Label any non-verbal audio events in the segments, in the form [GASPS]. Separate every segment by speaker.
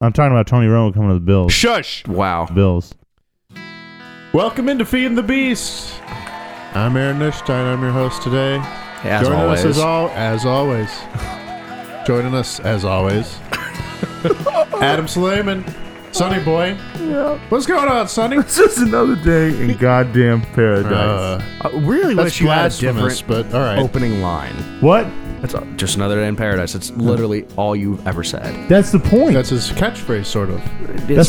Speaker 1: I'm talking about Tony Romo coming to the Bills.
Speaker 2: [LAUGHS]
Speaker 3: Shush. Wow.
Speaker 1: Bills.
Speaker 2: Welcome into Feeding the Beast. I'm Aaron Nishstein. I'm your host today.
Speaker 3: As
Speaker 2: joining
Speaker 3: always.
Speaker 2: us as, al- as always. joining us as [LAUGHS] always. Adam Suleiman, Sonny Boy. What's going on, Sonny?
Speaker 4: It's just another day in goddamn paradise.
Speaker 2: Uh,
Speaker 3: I really
Speaker 2: that's
Speaker 3: wish you had a
Speaker 2: blasphemous,
Speaker 3: different
Speaker 2: but all right.
Speaker 3: opening line.
Speaker 1: What?
Speaker 3: That's uh, just another day in paradise. It's literally all you've ever said.
Speaker 1: That's the point.
Speaker 2: That's his catchphrase, sort of.
Speaker 3: It's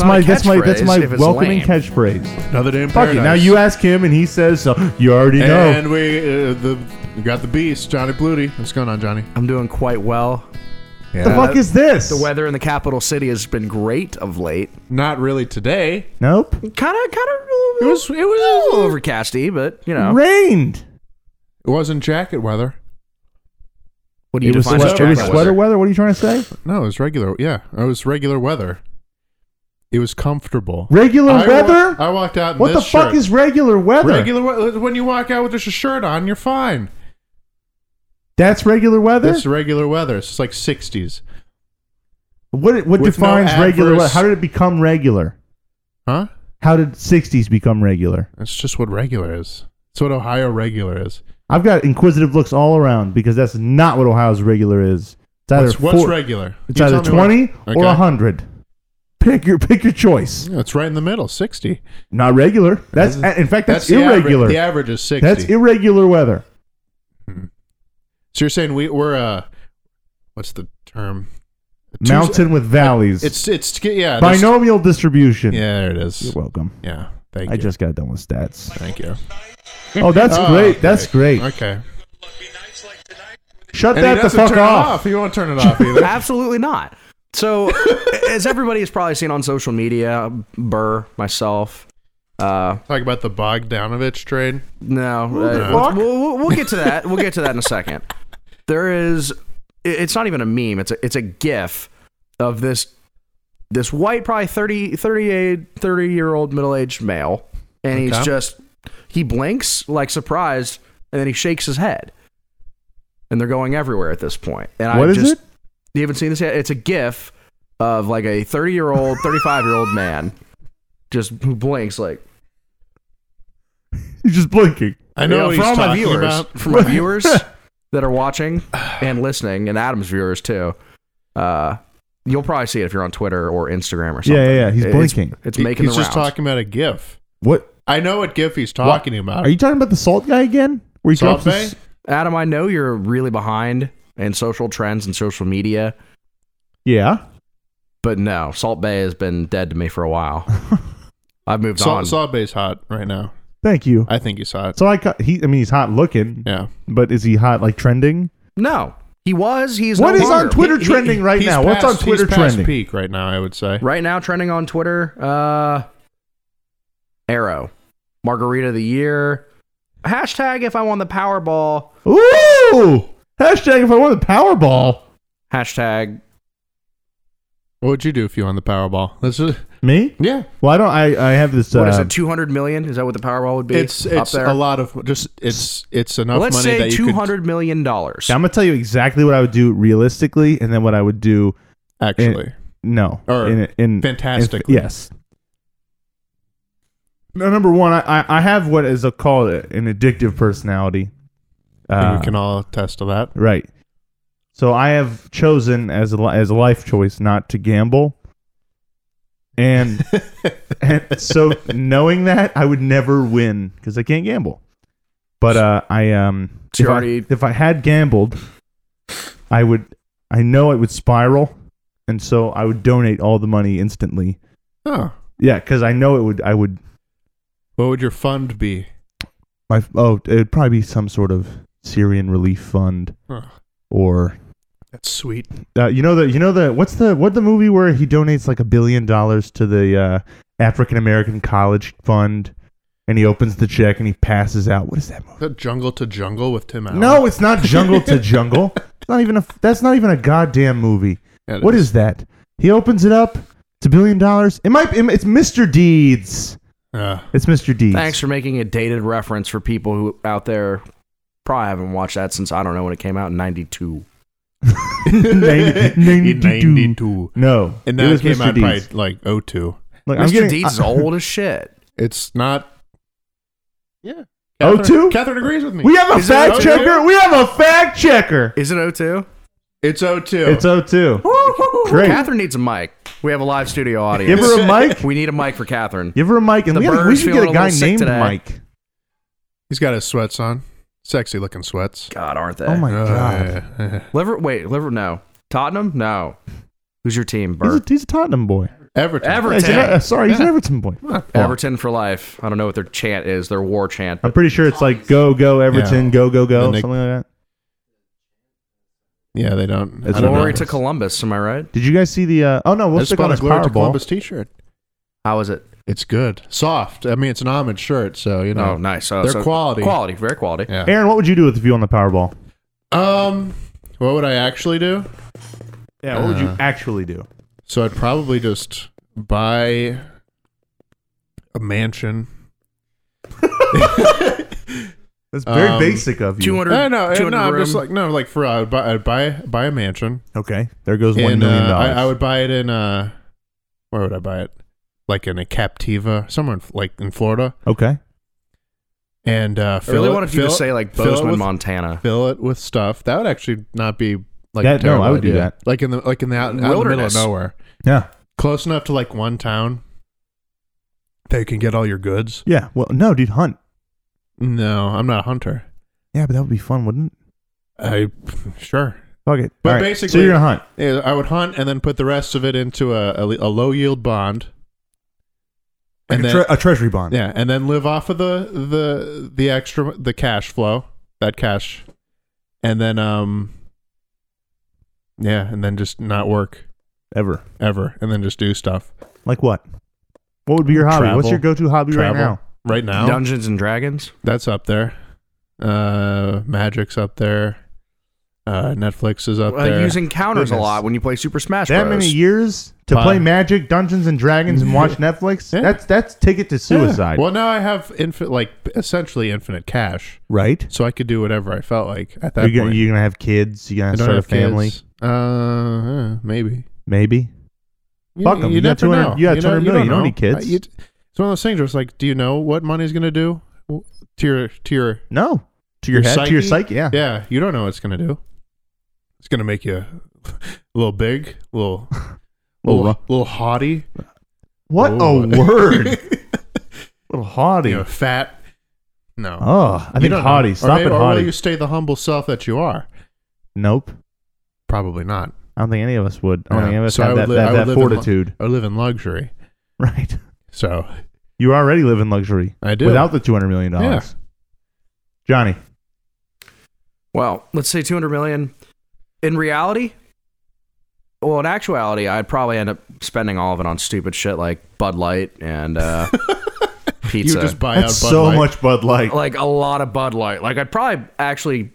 Speaker 1: That's
Speaker 3: not a
Speaker 1: my that's my that's
Speaker 3: catchphrase
Speaker 1: my
Speaker 3: if it's
Speaker 1: welcoming
Speaker 3: lame.
Speaker 1: catchphrase.
Speaker 2: Another day in
Speaker 1: Fuck it.
Speaker 2: paradise.
Speaker 1: Now you ask him and he says so. You already know.
Speaker 2: And we uh, the we got the beast, Johnny Blutie. What's going on, Johnny?
Speaker 3: I'm doing quite well.
Speaker 1: the
Speaker 2: uh,
Speaker 1: fuck is this?
Speaker 3: The weather in the capital city has been great of late.
Speaker 2: Not really today.
Speaker 1: Nope.
Speaker 3: Kind of, kind of.
Speaker 2: It was it was
Speaker 3: a little overcasty, but you know.
Speaker 1: Rained.
Speaker 2: It wasn't jacket weather.
Speaker 3: What do you
Speaker 1: it was,
Speaker 3: define
Speaker 1: sweat-
Speaker 3: as
Speaker 1: it
Speaker 3: jacket
Speaker 1: was sweater
Speaker 3: weather?
Speaker 1: weather. What are you trying to say?
Speaker 2: No, it was regular. Yeah, it was regular weather. It was comfortable.
Speaker 1: Regular
Speaker 2: I wa-
Speaker 1: weather?
Speaker 2: I walked out. In
Speaker 1: What the
Speaker 2: this
Speaker 1: fuck
Speaker 2: shirt.
Speaker 1: is regular weather?
Speaker 2: regular weather? When you walk out with just a shirt on, you're fine.
Speaker 1: That's regular weather.
Speaker 2: This regular weather. It's like 60s,
Speaker 1: What what
Speaker 2: with no
Speaker 1: defines regular?
Speaker 2: adverse-
Speaker 1: weather? How did it become regular?
Speaker 2: huh?
Speaker 1: How did '60s become regular?
Speaker 2: That's just what regular is. It's what Ohio regular is.
Speaker 1: I've got inquisitive looks all around because that's not what Ohio's regular is. It's either
Speaker 2: What's, what's
Speaker 1: four-
Speaker 2: regular?
Speaker 1: It's
Speaker 2: You
Speaker 1: either
Speaker 2: tell me what-
Speaker 1: 20 or
Speaker 2: Okay.
Speaker 1: 100. Pick your pick your choice.
Speaker 2: Yeah, it's right in the middle, 60.
Speaker 1: Not regular. That's in fact that's,
Speaker 2: the average-
Speaker 1: irregular.
Speaker 2: the average is 60.
Speaker 1: that's irregular weather.
Speaker 2: so you're saying we, we're uh, what's the term?
Speaker 1: Mountain with valleys.
Speaker 2: It's it's yeah. there's-
Speaker 1: binomial distribution.
Speaker 2: Yeah, there it is.
Speaker 1: You're welcome.
Speaker 2: Yeah, thank
Speaker 1: I
Speaker 2: you.
Speaker 1: just got done with stats.
Speaker 2: thank you.
Speaker 1: Oh, that's
Speaker 2: [LAUGHS] Oh,
Speaker 1: great.
Speaker 2: okay.
Speaker 1: That's great.
Speaker 2: Okay.
Speaker 1: Shut
Speaker 2: And he
Speaker 1: that the
Speaker 2: doesn't
Speaker 1: fuck
Speaker 2: turn it
Speaker 1: off.
Speaker 2: He won't turn it off
Speaker 1: [LAUGHS]
Speaker 2: either.
Speaker 3: Absolutely not. So, [LAUGHS] as everybody has probably seen on social media, Burr, myself, uh,
Speaker 2: Talk about the Bogdanovich trade.
Speaker 3: No, uh, we'll, we'll, we'll- we'll get to that. We'll get to that in
Speaker 1: [LAUGHS]
Speaker 3: a second. There is, it- it's not even a meme. It's a it's a GIF of this this white, probably 30, 38, 30 year old middle aged male, and he's
Speaker 2: Okay.
Speaker 3: just he blinks like surprised, and then he shakes his head. And they're going everywhere at this point. And
Speaker 1: What
Speaker 3: I
Speaker 1: is
Speaker 3: just,
Speaker 1: it?
Speaker 3: You haven't seen this yet? It's a GIF of like a 30 year old, 35 year old man just who blinks like.
Speaker 1: He's just blinking.
Speaker 2: I
Speaker 3: Yeah,
Speaker 2: know what
Speaker 3: for
Speaker 2: he's
Speaker 3: all my
Speaker 2: talking
Speaker 3: viewers,
Speaker 2: about. [LAUGHS]
Speaker 3: for my viewers that are watching and listening, and Adam's viewers too. Uh, you'll probably see it if you're on Twitter or Instagram or something.
Speaker 1: Yeah, yeah, yeah. He's
Speaker 3: It's-
Speaker 1: blinking.
Speaker 3: It's,
Speaker 2: He-
Speaker 3: making
Speaker 2: he's
Speaker 3: the rounds.
Speaker 2: just talking about a GIF.
Speaker 1: What?
Speaker 2: I know what GIF he's talking about.
Speaker 1: Are you talking about the salt guy again? Where he
Speaker 2: Salt
Speaker 1: drops
Speaker 2: Bay?
Speaker 1: his-
Speaker 3: Adam, I know you're really behind in social trends and social media,
Speaker 1: Yeah.
Speaker 3: but no, Salt Bay has been dead to me for
Speaker 1: [LAUGHS]
Speaker 3: a while. I've moved on.
Speaker 2: Salt, Salt Bay's hot right now.
Speaker 1: Thank you.
Speaker 2: I think he's hot.
Speaker 1: So I ca- he I mean he's hot looking,
Speaker 2: Yeah.
Speaker 1: but is he hot like trending?
Speaker 3: no, he was. He's
Speaker 1: What
Speaker 3: no
Speaker 1: is on
Speaker 3: longer.
Speaker 1: Twitter
Speaker 2: He-
Speaker 1: trending right
Speaker 2: he's
Speaker 1: now? What's
Speaker 2: past-
Speaker 1: on Twitter
Speaker 2: he's past
Speaker 1: trending?
Speaker 2: peak right now, I would say.
Speaker 3: right now trending on Twitter. Uh, Arrow, Margarita of the Year, hashtag If I won the Powerball,
Speaker 1: Ooh! Hashtag if I won the Powerball.
Speaker 3: hashtag
Speaker 2: What would you do if you won the Powerball? This is
Speaker 1: Me?
Speaker 2: yeah.
Speaker 1: Well, I don't. I, I have this.
Speaker 3: What is
Speaker 1: uh,
Speaker 3: it? Two hundred million? Is that what the Powerball would be?
Speaker 2: It's
Speaker 3: up
Speaker 2: it's
Speaker 3: there.
Speaker 2: a lot of just it's it's enough
Speaker 3: Let's
Speaker 2: money
Speaker 3: say
Speaker 2: that you
Speaker 3: two
Speaker 2: could
Speaker 3: hundred million dollars.
Speaker 1: I'm gonna tell you exactly what I would do realistically, and then what I would do.
Speaker 2: actually.
Speaker 1: Eh, No,
Speaker 2: Or
Speaker 1: in, in
Speaker 2: fantastically.
Speaker 1: in- yes. No, number one, I I- I have what is a, called an addictive personality.
Speaker 2: I think
Speaker 1: Uh,
Speaker 2: we can all attest to that.
Speaker 1: right. So I have chosen as a li- as a life choice not to gamble,
Speaker 3: [LAUGHS]
Speaker 1: and and so knowing that I would never win because I can't gamble. But uh, I um,
Speaker 3: So
Speaker 1: if
Speaker 3: you
Speaker 1: I,
Speaker 3: already-
Speaker 1: if I had gambled, I would. I know it would spiral, and so I would donate all the money instantly.
Speaker 2: Oh.
Speaker 1: Yeah, because I know it would. I would.
Speaker 2: What would your fund be?
Speaker 1: My oh, it would probably be some sort of Syrian relief fund
Speaker 2: Huh.
Speaker 1: or.
Speaker 2: That's sweet.
Speaker 1: Uh, you know the you know the what's the what the movie where he donates like a billion dollars to the uh, African American College Fund, and he opens the check and he passes out. What is that movie?
Speaker 2: Is that jungle to jungle with Tim Allen?
Speaker 1: No, it's not Jungle to Jungle. It's not even a. That's not even a goddamn movie.
Speaker 2: Yeah, it
Speaker 1: What is that? He opens it up. It's a billion dollars. It might. It, it's Mr. Deeds. [LAUGHS]
Speaker 2: Uh,
Speaker 1: It's Mr. Deeds.
Speaker 3: Thanks for making a dated reference for people who out there probably haven't watched that since I don't know when it came out in ninety two.
Speaker 1: Ninety-
Speaker 2: in 92.
Speaker 1: No,
Speaker 2: [LAUGHS] And
Speaker 1: it
Speaker 2: that
Speaker 1: was
Speaker 2: came
Speaker 1: Mr.
Speaker 2: out
Speaker 1: Deeds.
Speaker 2: by like 02.
Speaker 1: Look, I'm
Speaker 3: Mr.
Speaker 1: getting-
Speaker 3: Deeds is
Speaker 1: I-
Speaker 3: old as shit.
Speaker 2: It's not. Yeah.
Speaker 1: 02?
Speaker 2: Catherine agrees with me.
Speaker 1: [LAUGHS]
Speaker 2: oh
Speaker 1: We have a
Speaker 3: Is it
Speaker 1: fact
Speaker 2: okay?
Speaker 1: checker. We have a fact checker.
Speaker 3: Is it 02?
Speaker 2: It's 02.
Speaker 1: It's 02. Great.
Speaker 3: Catherine needs a mic. We have a live studio
Speaker 1: Give
Speaker 3: audience.
Speaker 1: her a mic.
Speaker 3: we need a mic for Catherine.
Speaker 1: Give her a mic, and
Speaker 3: The
Speaker 1: we, gotta- we
Speaker 3: birds
Speaker 1: should get
Speaker 3: feeling a
Speaker 1: a guy
Speaker 3: little sick
Speaker 1: named
Speaker 3: today.
Speaker 1: Mike.
Speaker 2: He's got his sweats on. Sexy looking sweats.
Speaker 3: God, aren't they?
Speaker 1: Oh my god.
Speaker 2: Uh,
Speaker 3: Liver, wait, Liver, no. Tottenham? No. Who's your team,
Speaker 1: He's a,
Speaker 3: Bert?
Speaker 1: he's a Tottenham boy.
Speaker 2: [LAUGHS] Everton.
Speaker 1: Yeah, he's
Speaker 3: Everton.
Speaker 1: an- uh, sorry, he's an Everton boy.
Speaker 3: Everton for life. I don't know what their chant is, their war chant.
Speaker 1: I'm pretty sure it's like go go Everton,
Speaker 2: Yeah.
Speaker 1: go go go,
Speaker 2: And they-
Speaker 1: something like that.
Speaker 2: Yeah, they don't.
Speaker 1: It's
Speaker 2: I don't
Speaker 3: Glory
Speaker 2: know.
Speaker 3: to Columbus, am I right?
Speaker 1: Did you guys see the? Uh, oh no,
Speaker 2: I
Speaker 1: we'll
Speaker 2: just
Speaker 1: stick
Speaker 2: bought
Speaker 1: on
Speaker 2: a
Speaker 1: his
Speaker 2: Glory to
Speaker 1: Powerball.
Speaker 2: Columbus t-shirt.
Speaker 3: How is it?
Speaker 2: It's good. Soft. I mean, it's an homage shirt, so, you know.
Speaker 3: Oh, nice. Oh,
Speaker 2: Their
Speaker 3: so
Speaker 2: quality.
Speaker 3: Quality, very quality.
Speaker 2: Yeah.
Speaker 1: Aaron, what would you do with if you won the Powerball?
Speaker 2: Um, what would I actually do?
Speaker 1: Yeah, what would
Speaker 2: Uh,
Speaker 1: you actually do?
Speaker 2: So I'd probably just buy a mansion.
Speaker 1: That's very
Speaker 2: Um,
Speaker 1: basic of you.
Speaker 3: 200,
Speaker 2: I know, no,
Speaker 3: 200
Speaker 2: I'm just
Speaker 3: room.
Speaker 2: like no, like for I'd buy, I'd buy buy a mansion,
Speaker 1: Okay, there goes one
Speaker 2: and uh,
Speaker 1: million
Speaker 2: I,
Speaker 1: dollars.
Speaker 2: I would buy it in uh, where would I buy it? Like in a Captiva, somewhere in, like in Florida,
Speaker 1: Okay,
Speaker 2: and uh,
Speaker 3: I
Speaker 2: fill
Speaker 3: really
Speaker 2: it,
Speaker 3: wanted you
Speaker 2: fill
Speaker 3: to
Speaker 2: it-
Speaker 3: say like
Speaker 2: fill it
Speaker 3: Bozeman,
Speaker 2: with-
Speaker 3: Montana.
Speaker 2: fill it with stuff. That would actually not be like
Speaker 1: That-
Speaker 2: a
Speaker 1: no,
Speaker 2: terrible
Speaker 1: I would do
Speaker 2: idea.
Speaker 1: that.
Speaker 2: Like in the like in the out, out in the middle of
Speaker 3: Wilderness.
Speaker 2: nowhere,
Speaker 1: yeah,
Speaker 2: close enough to like one town that you can get all your goods.
Speaker 1: yeah. Well, no, dude, hunt.
Speaker 2: No, I'm not a hunter.
Speaker 1: Yeah, but that would be fun, wouldn't it?
Speaker 2: I sure.
Speaker 1: Fuck it. All
Speaker 2: But
Speaker 1: right, so
Speaker 2: basically-
Speaker 1: you're gonna hunt.
Speaker 2: Yeah, I would hunt and then put the rest of it into a, a, low yield bond.
Speaker 1: Like
Speaker 2: And
Speaker 1: a,
Speaker 2: then,
Speaker 1: tre- a treasury bond.
Speaker 2: yeah, and then live off of the the the extra the cash flow that cash, and then um, yeah, and then just not work
Speaker 1: Ever.
Speaker 2: ever, and then just do stuff
Speaker 1: Like what? What would be your hobby? What's
Speaker 2: Travel.
Speaker 1: your go-to hobby
Speaker 2: Travel.
Speaker 1: right now?
Speaker 2: right now.
Speaker 3: Dungeons and Dragons.
Speaker 2: That's up there. Uh, Magic's up there. Uh, Netflix is up
Speaker 3: Uh,
Speaker 2: there.
Speaker 3: using counters a
Speaker 2: Goodness.
Speaker 3: lot when you play Super Smash
Speaker 1: That
Speaker 3: Bros.
Speaker 1: many years to
Speaker 2: Fun.
Speaker 1: play Magic, Dungeons and Dragons, and watch Netflix?
Speaker 2: [LAUGHS] Yeah.
Speaker 1: That's that's ticket to
Speaker 2: Yeah.
Speaker 1: suicide,
Speaker 2: Well, now I have infinite, like essentially infinite cash,
Speaker 1: right?
Speaker 2: so I could do whatever I felt like at that
Speaker 1: You're gonna,
Speaker 2: point.
Speaker 1: you're gonna have kids. You're
Speaker 2: I
Speaker 1: gonna
Speaker 2: don't
Speaker 1: start a
Speaker 2: have
Speaker 1: family,
Speaker 2: kids. Uh, uh, maybe.
Speaker 1: maybe.
Speaker 2: You-
Speaker 1: Fuck 'em. You got
Speaker 2: never
Speaker 1: 200
Speaker 2: know.
Speaker 1: you got
Speaker 2: know-
Speaker 1: 200 million. You don't
Speaker 2: know.
Speaker 1: need kids.
Speaker 2: Uh, you- it's one of those things where it's like, do you know what money's going to do to your
Speaker 1: [LAUGHS]
Speaker 2: to your
Speaker 1: No, to your,
Speaker 2: Your
Speaker 1: head, to your
Speaker 2: psyche?
Speaker 1: psyche. Yeah.
Speaker 2: yeah? You don't know what it's going to do. It's going to make you [LAUGHS] a little big, a little
Speaker 1: Little
Speaker 2: little, little, haughty,
Speaker 1: What
Speaker 2: Oh.
Speaker 1: a word. little haughty.
Speaker 2: [LAUGHS] you know, fat. No,
Speaker 1: Oh, I
Speaker 2: You
Speaker 1: think
Speaker 2: don't know.
Speaker 1: haughty.
Speaker 2: Or
Speaker 1: Stop
Speaker 2: maybe-
Speaker 1: it,
Speaker 2: Or will
Speaker 1: haughty.
Speaker 2: you stay the humble self that you are?
Speaker 1: Nope.
Speaker 2: Probably not.
Speaker 1: I don't think any of us would. I don't
Speaker 2: Yeah.
Speaker 1: think any of us
Speaker 2: So I
Speaker 1: have
Speaker 2: would
Speaker 1: that,
Speaker 2: li- I
Speaker 1: that,
Speaker 2: would
Speaker 1: that
Speaker 2: live in lu-
Speaker 1: fortitude. [LAUGHS]
Speaker 2: I live in luxury,
Speaker 1: right.
Speaker 2: so
Speaker 1: You already live in luxury
Speaker 2: I do.
Speaker 1: without the two hundred million dollars. Johnny,
Speaker 3: Well, let's say 200 million. In reality, well, in actuality, I'd probably end up spending all of it on stupid shit like Bud Light and uh,
Speaker 2: [LAUGHS] you
Speaker 3: pizza.
Speaker 2: just buy
Speaker 1: that's
Speaker 2: out Bud
Speaker 1: so
Speaker 2: Light.
Speaker 1: much Bud Light.
Speaker 3: like a lot of Bud Light. Like I'd probably actually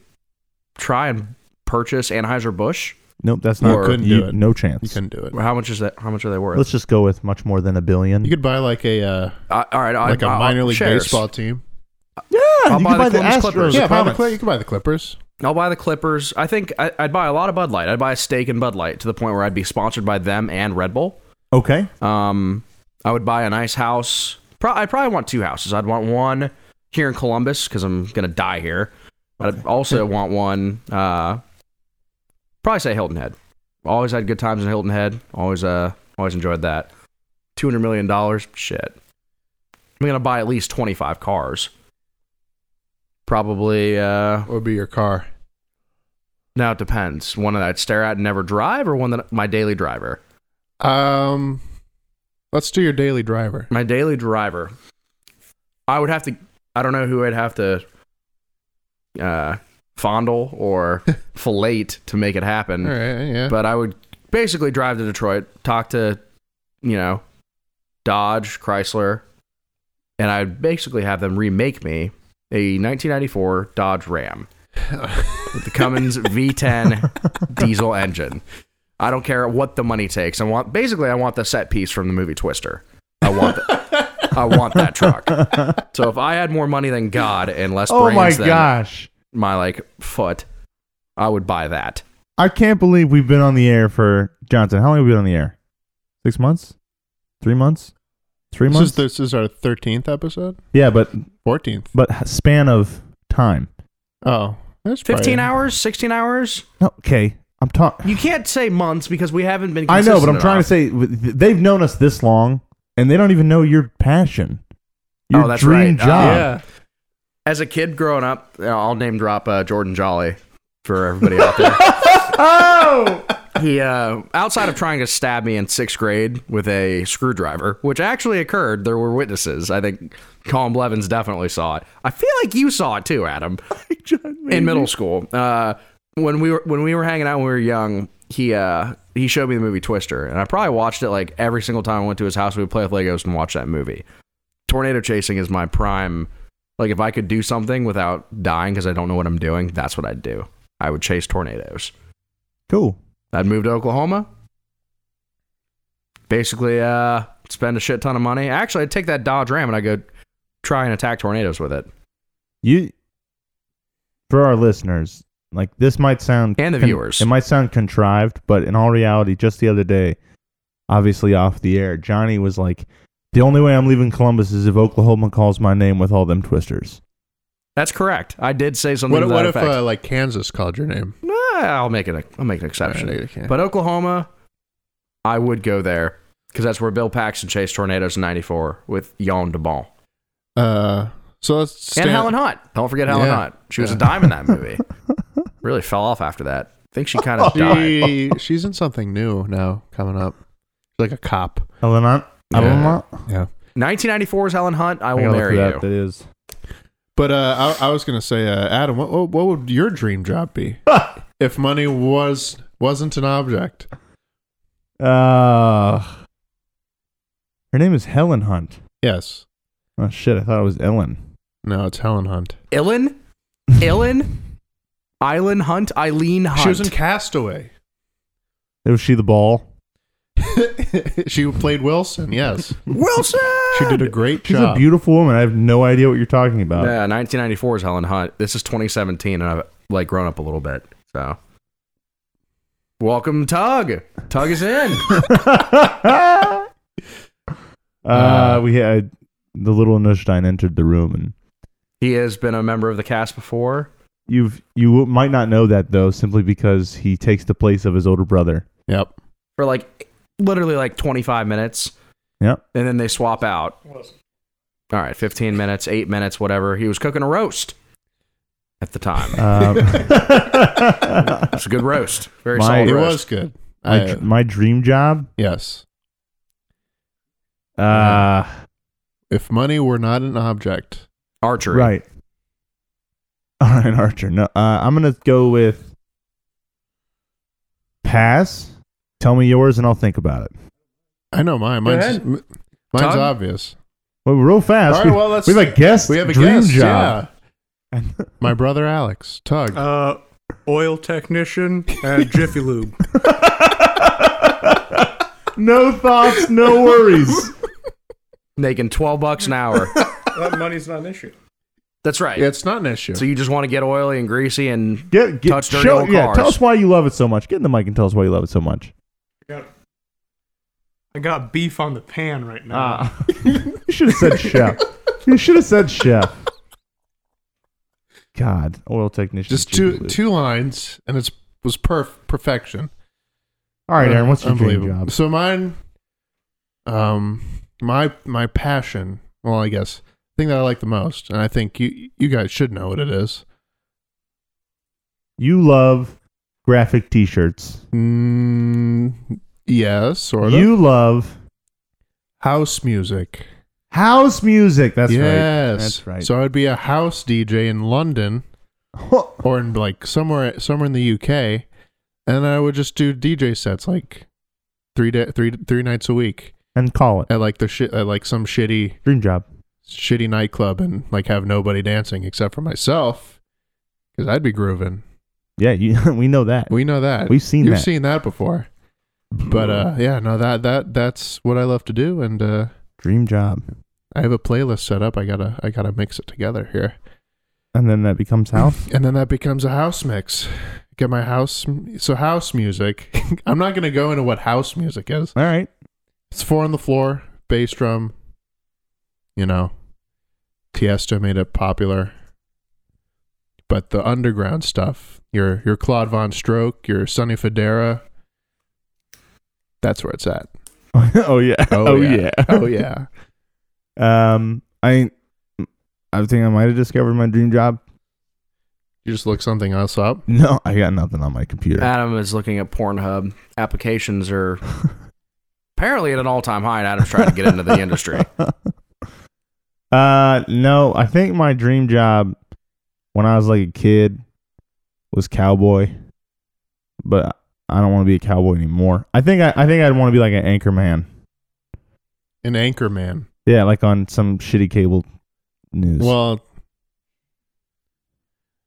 Speaker 3: try and purchase Anheuser Busch.
Speaker 1: Nope, that's not.
Speaker 3: Or-
Speaker 2: couldn't
Speaker 1: you-
Speaker 2: do it.
Speaker 1: No
Speaker 2: You
Speaker 1: chance.
Speaker 2: couldn't do it.
Speaker 3: How much is that? How much are they worth?
Speaker 1: Let's just go with much more than a billion.
Speaker 2: You could buy like a uh,
Speaker 3: I, all right,
Speaker 2: like
Speaker 3: a
Speaker 2: a minor league baseball team.
Speaker 1: yeah,
Speaker 3: I'll
Speaker 1: you
Speaker 3: buy
Speaker 1: could buy the
Speaker 3: the Columbus
Speaker 1: Astros.
Speaker 3: Clippers.
Speaker 1: the
Speaker 2: Yeah, buy the
Speaker 1: Comets.
Speaker 2: Cl- you could buy the Clippers.
Speaker 3: I'll buy the Clippers. I think I, I'd buy a lot of Bud Light. I'd buy a steak in Bud Light to the point where I'd be sponsored by them and Red Bull.
Speaker 1: Okay.
Speaker 3: Um, I would buy a nice house. Pro- I probably want two houses. I'd want one here in Columbus because I'm gonna die here. I'd also want one. Uh, probably say Hilton Head. Always had good times in Hilton Head. Always uh, always enjoyed that. Two hundred million dollars. Shit. I'm gonna buy at least twenty five cars. Probably. Uh,
Speaker 2: What would be your car?
Speaker 3: now it depends. One that I'd stare at and never drive, or one that my daily driver.
Speaker 2: Um, let's do your daily driver.
Speaker 3: My daily driver. I would have to. I don't know who I'd have to uh, fondle or fillet to make it happen.
Speaker 2: All right, yeah.
Speaker 3: But I would basically drive to Detroit, talk to, you know, Dodge, Chrysler, and I'd basically have them remake me a 1994 Dodge Ram with the
Speaker 1: [LAUGHS]
Speaker 3: Cummins V10 diesel engine. I don't care what the money takes. I want basically I want the set piece from the movie Twister. I want that. I want that truck. So if I had more money than God and less
Speaker 1: Oh my
Speaker 3: brains than
Speaker 1: gosh.
Speaker 3: my like foot, I would buy that.
Speaker 1: I can't believe we've been on the air for Johnson. How long have we been on the air? Six months? Three months? Three
Speaker 2: This
Speaker 1: months?
Speaker 2: is, this is our 13th episode?
Speaker 1: yeah, but
Speaker 2: 14th.
Speaker 1: but span of time.
Speaker 2: Oh. That's probably-
Speaker 3: 15 hours, 16 hours.
Speaker 1: Okay, I'm talking.
Speaker 3: You can't say months because we haven't been.
Speaker 1: I know, but I'm
Speaker 3: consistent
Speaker 1: trying to
Speaker 3: enough.
Speaker 1: say with- th- they've known us this long, and they don't even know your passion, your
Speaker 3: Oh, that's
Speaker 1: dream
Speaker 3: right. Uh,
Speaker 1: job. [LAUGHS]
Speaker 2: Yeah.
Speaker 3: As a kid growing up, uh, I'll name drop uh, Jordan Jolly for everybody
Speaker 1: [LAUGHS]
Speaker 3: out there. oh! He, uh, outside of trying to stab me in sixth grade with a screwdriver, which actually occurred, there were witnesses. I think Colin Blevins definitely saw it. I feel like you saw it too, Adam, in middle school. Uh, when we were when we were hanging out when we were young, he uh, he showed me the movie Twister, and I probably watched it like every single time I went to his house. We would play with Legos and watch that movie. Tornado chasing is my prime like if I could do something without dying because I don't know what I'm doing, that's what I'd do. I would chase tornadoes.
Speaker 1: Cool.
Speaker 3: I'd move to Oklahoma. Basically, uh, spend a shit ton of money. Actually, I'd take that Dodge Ram and I'd go try and attack tornadoes with it.
Speaker 1: You, for our listeners, like this might sound
Speaker 3: And the
Speaker 1: con-
Speaker 3: viewers.
Speaker 1: it might sound contrived, but in all reality, just the other day, obviously off the air, Johnny was like, "The only way I'm leaving Columbus is if Oklahoma calls my name with all them twisters."
Speaker 3: That's correct. I did say something.
Speaker 2: What,
Speaker 3: to that
Speaker 2: what if,
Speaker 3: effect.
Speaker 2: uh, like, Kansas called your name?
Speaker 3: Nah, Eh, I'll make it. A, I'll make an exception.
Speaker 2: Alright, okay.
Speaker 3: But Oklahoma, I would go there because that's where Bill Paxton chased tornadoes in '94 with Yon DeBon
Speaker 2: Uh, so let's stand.
Speaker 3: and Helen Hunt. Don't forget Helen
Speaker 2: Yeah.
Speaker 3: Hunt. She was a
Speaker 2: Yeah.
Speaker 3: dime in
Speaker 1: [LAUGHS]
Speaker 2: [LAUGHS]
Speaker 3: that movie. really fell off after that. I think she kind of died.
Speaker 2: Oh,
Speaker 3: [LAUGHS]
Speaker 2: She, she's in something new now coming up. Like a cop.
Speaker 1: Helen Hunt.
Speaker 3: Yeah.
Speaker 1: Helen Hunt?
Speaker 3: 1994 is Helen Hunt. I
Speaker 1: I
Speaker 3: will
Speaker 1: gotta look
Speaker 3: marry
Speaker 1: it
Speaker 3: you.
Speaker 1: up. That is.
Speaker 2: But uh, I, I was gonna say, uh, Adam, what, what what would your dream job be if money was wasn't an object?
Speaker 1: Uh, her name is Helen Hunt.
Speaker 2: Yes.
Speaker 1: Oh shit! I thought it was Ellen.
Speaker 2: No, it's Helen Hunt.
Speaker 3: Ellen,
Speaker 1: [LAUGHS]
Speaker 3: Ellen, Island Hunt, Eileen Hunt.
Speaker 2: She was in Castaway. [LAUGHS]
Speaker 1: Was she the ball?
Speaker 2: she played Wilson. Yes,
Speaker 3: Wilson.
Speaker 2: she did
Speaker 3: [LAUGHS]
Speaker 2: a great
Speaker 1: She's
Speaker 2: job.
Speaker 1: a beautiful woman. I have no idea what you're talking about.
Speaker 3: Yeah, 1994 is Helen Hunt. This is 2017, and I've like grown up a little bit. So, welcome, Tug. Tug is in.
Speaker 1: [LAUGHS] uh,
Speaker 2: Uh,
Speaker 1: we had the little Nushstein entered the room, and
Speaker 3: he has been a member of the cast before.
Speaker 1: you've you might not know that though, simply because he takes the place of his older brother.
Speaker 3: [LAUGHS]
Speaker 2: yep.
Speaker 3: for like literally like 25 minutes.
Speaker 1: Yep.
Speaker 3: And then they swap out. All right, 15 minutes, 8 minutes, whatever. He was cooking a roast at the time.
Speaker 2: [LAUGHS]
Speaker 1: Um,
Speaker 3: It's a good roast. Very
Speaker 1: My-
Speaker 3: solid
Speaker 2: It
Speaker 3: roast.
Speaker 2: was good.
Speaker 1: my,
Speaker 2: I-
Speaker 1: dr- my dream job.
Speaker 2: yes.
Speaker 1: Uh,
Speaker 2: If money were not an object,
Speaker 3: Archery.
Speaker 1: right. [LAUGHS] All right, Archer. No, uh, I'm gonna go with pass. Tell me yours, and I'll think about it.
Speaker 2: I know mine. Mine's
Speaker 3: ahead.
Speaker 2: m- mine's
Speaker 3: Todd?
Speaker 2: obvious.
Speaker 1: Well, real fast.
Speaker 2: All
Speaker 1: we,
Speaker 2: right, well, let's-
Speaker 1: we have a guest.
Speaker 2: We have a
Speaker 1: dream
Speaker 2: guest.
Speaker 1: job.
Speaker 2: Yeah.
Speaker 1: [LAUGHS]
Speaker 2: my brother Alex Tug.
Speaker 5: Uh, oil technician and Jiffy Lube.
Speaker 1: No thoughts, no worries.
Speaker 3: Making 12 bucks an hour.
Speaker 5: [LAUGHS] That money's not an issue.
Speaker 3: That's right.
Speaker 2: it's not an issue.
Speaker 3: So you just want to get oily and greasy and
Speaker 1: Get, get
Speaker 3: Touch dirty
Speaker 1: show,
Speaker 3: old
Speaker 1: yeah,
Speaker 3: cars.
Speaker 1: tell us why you love it so much. Get in the mic and tell us why you love it so much.
Speaker 5: I got beef on the pan right now.
Speaker 1: Ah. you should have said chef. You should have said chef. God, oil technician.
Speaker 2: Just
Speaker 1: Jiffy
Speaker 2: two
Speaker 1: Lube.
Speaker 2: two lines, and it's was perf perfection.
Speaker 1: All right, Aaron. What's your dream
Speaker 2: Unbelievable.
Speaker 1: job?
Speaker 2: So mine, um, my my passion. Well, I guess thing that I like the most, and I think you you guys should know what it is.
Speaker 1: You love graphic T-shirts.
Speaker 2: Mm, yes, sort of.
Speaker 1: You love
Speaker 2: house music.
Speaker 1: house music. That's
Speaker 2: yes.
Speaker 1: right. That's right.
Speaker 2: So I'd be a house DJ in London or in like somewhere somewhere in the UK, and I would just do DJ sets like three day, three three nights a week
Speaker 1: and call it
Speaker 2: at like the shit at like some shitty
Speaker 1: dream job.
Speaker 2: shitty nightclub and like have nobody dancing except for myself because I'd be grooving.
Speaker 1: Yeah, you, [LAUGHS] we know that.
Speaker 2: We know that.
Speaker 1: We've seen
Speaker 2: You've
Speaker 1: that.
Speaker 2: seen that before. But uh, yeah, no, that that that's what I love to do, and uh,
Speaker 1: dream job,
Speaker 2: I have a playlist set up. I gotta I gotta mix it together here,
Speaker 1: and then that becomes house.
Speaker 2: and then that becomes a house mix. get my house. m- So house music. [LAUGHS] I'm not gonna go into what house music is.
Speaker 1: All right. [LAUGHS]
Speaker 2: It's four on the floor, bass drum. You know, Tiesto made it popular. But the underground stuff, your your Claude Von Stroke, your Sonny Federa, that's where it's at.
Speaker 1: [LAUGHS] oh yeah.
Speaker 2: oh yeah. [LAUGHS]
Speaker 1: yeah. Um, I, I think I might have discovered my dream job. [LAUGHS]
Speaker 2: You just look something else up.
Speaker 1: No, I got nothing on my computer.
Speaker 3: Adam is looking at Pornhub. Applications are apparently at an all time high, and Adam's trying to get into the
Speaker 2: [LAUGHS]
Speaker 3: industry.
Speaker 1: [LAUGHS] Uh, no, I think my dream job when I was like a kid was cowboy, but I don't want to be a cowboy anymore. I think I, I think I'd want to be like an anchor man.
Speaker 2: An anchor man.
Speaker 1: Yeah, like on some shitty cable news.
Speaker 2: Well,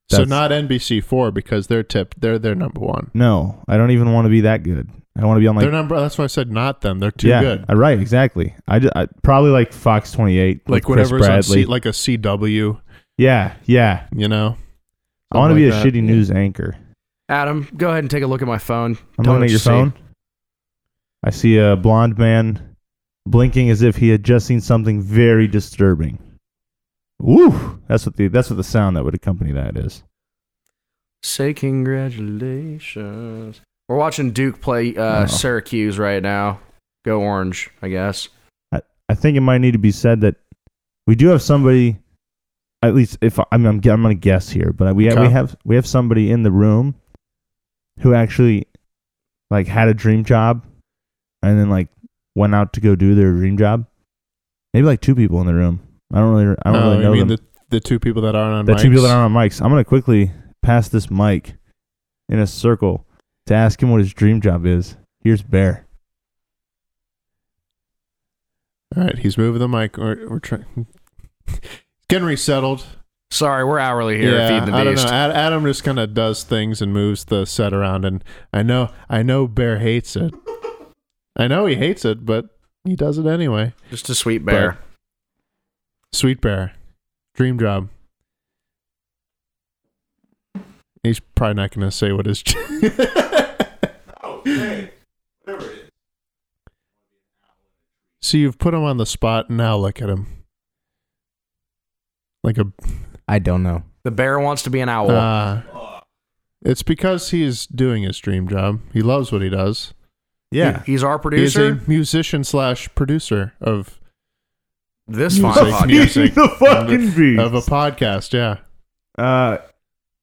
Speaker 2: so
Speaker 1: That's-
Speaker 2: not NBC four because they're tip they're their number one.
Speaker 1: no, I don't even want to be that good. I want to be on like
Speaker 2: they're number. That's why I said not them. They're too
Speaker 1: yeah,
Speaker 2: good.
Speaker 1: uh, right, exactly. I, ju- I probably like Fox twenty eight,
Speaker 2: Like
Speaker 1: Chris
Speaker 2: whatever's on
Speaker 1: Bradley.
Speaker 2: C, like a CW.
Speaker 1: yeah, yeah.
Speaker 2: You know,
Speaker 1: I want to
Speaker 2: Something
Speaker 1: be
Speaker 2: like
Speaker 1: a
Speaker 2: that.
Speaker 1: shitty news anchor.
Speaker 3: Adam, go ahead and take a look at my phone.
Speaker 1: I'm
Speaker 3: Tell
Speaker 1: looking
Speaker 3: me what
Speaker 1: at your
Speaker 3: you see.
Speaker 1: phone. I see a blonde man blinking as if he had just seen something very disturbing. Woo! That's what the that's what the sound that would accompany that is.
Speaker 3: Say congratulations. We're watching Duke play
Speaker 1: Oh.
Speaker 3: uh, Syracuse right now. Go Orange, I guess.
Speaker 1: I think it might need to be said that we do have somebody. At least, if I, I mean, I'm, I'm going to guess here, but we have, we
Speaker 2: Okay.
Speaker 1: have we have somebody in the room who actually like had a dream job and then like went out to go do their dream job. Maybe like two people in the room. I don't really I don't
Speaker 2: No,
Speaker 1: really know
Speaker 2: Uh, I Oh, mean
Speaker 1: them.
Speaker 2: the the two people that aren't on
Speaker 1: the two people
Speaker 2: mics.
Speaker 1: that aren't on mics. I'm gonna quickly pass this mic in a circle to ask him what his dream job is. Here's Bear.
Speaker 2: All right, he's moving the mic. We're, we're trying. [LAUGHS] Getting resettled.
Speaker 3: Sorry, we're hourly here at
Speaker 2: yeah,
Speaker 3: Feed the
Speaker 2: I don't know.
Speaker 3: Beast.
Speaker 2: Ad- Adam just kind of does things and moves the set around, and I know, I know, Bear hates it. I know he hates it, but he does it anyway.
Speaker 3: Just a sweet bear.
Speaker 2: Sweet Bear, dream job. He's probably not going to say what his. [LAUGHS] so you've put him on the spot, and now look at him. Like a
Speaker 6: I don't know.
Speaker 3: The bear wants to be an
Speaker 1: Oh.
Speaker 3: owl.
Speaker 2: Uh, it's because he's doing his dream job. He loves what he does.
Speaker 1: Yeah.
Speaker 3: He- he's our
Speaker 2: He's
Speaker 3: producer.
Speaker 2: a musician slash producer of
Speaker 3: this
Speaker 1: [LAUGHS]
Speaker 3: fine
Speaker 2: Music. [LAUGHS] Music.
Speaker 3: podcast.
Speaker 1: the fucking
Speaker 2: of a
Speaker 1: beast.
Speaker 2: podcast. Yeah,
Speaker 1: Uh,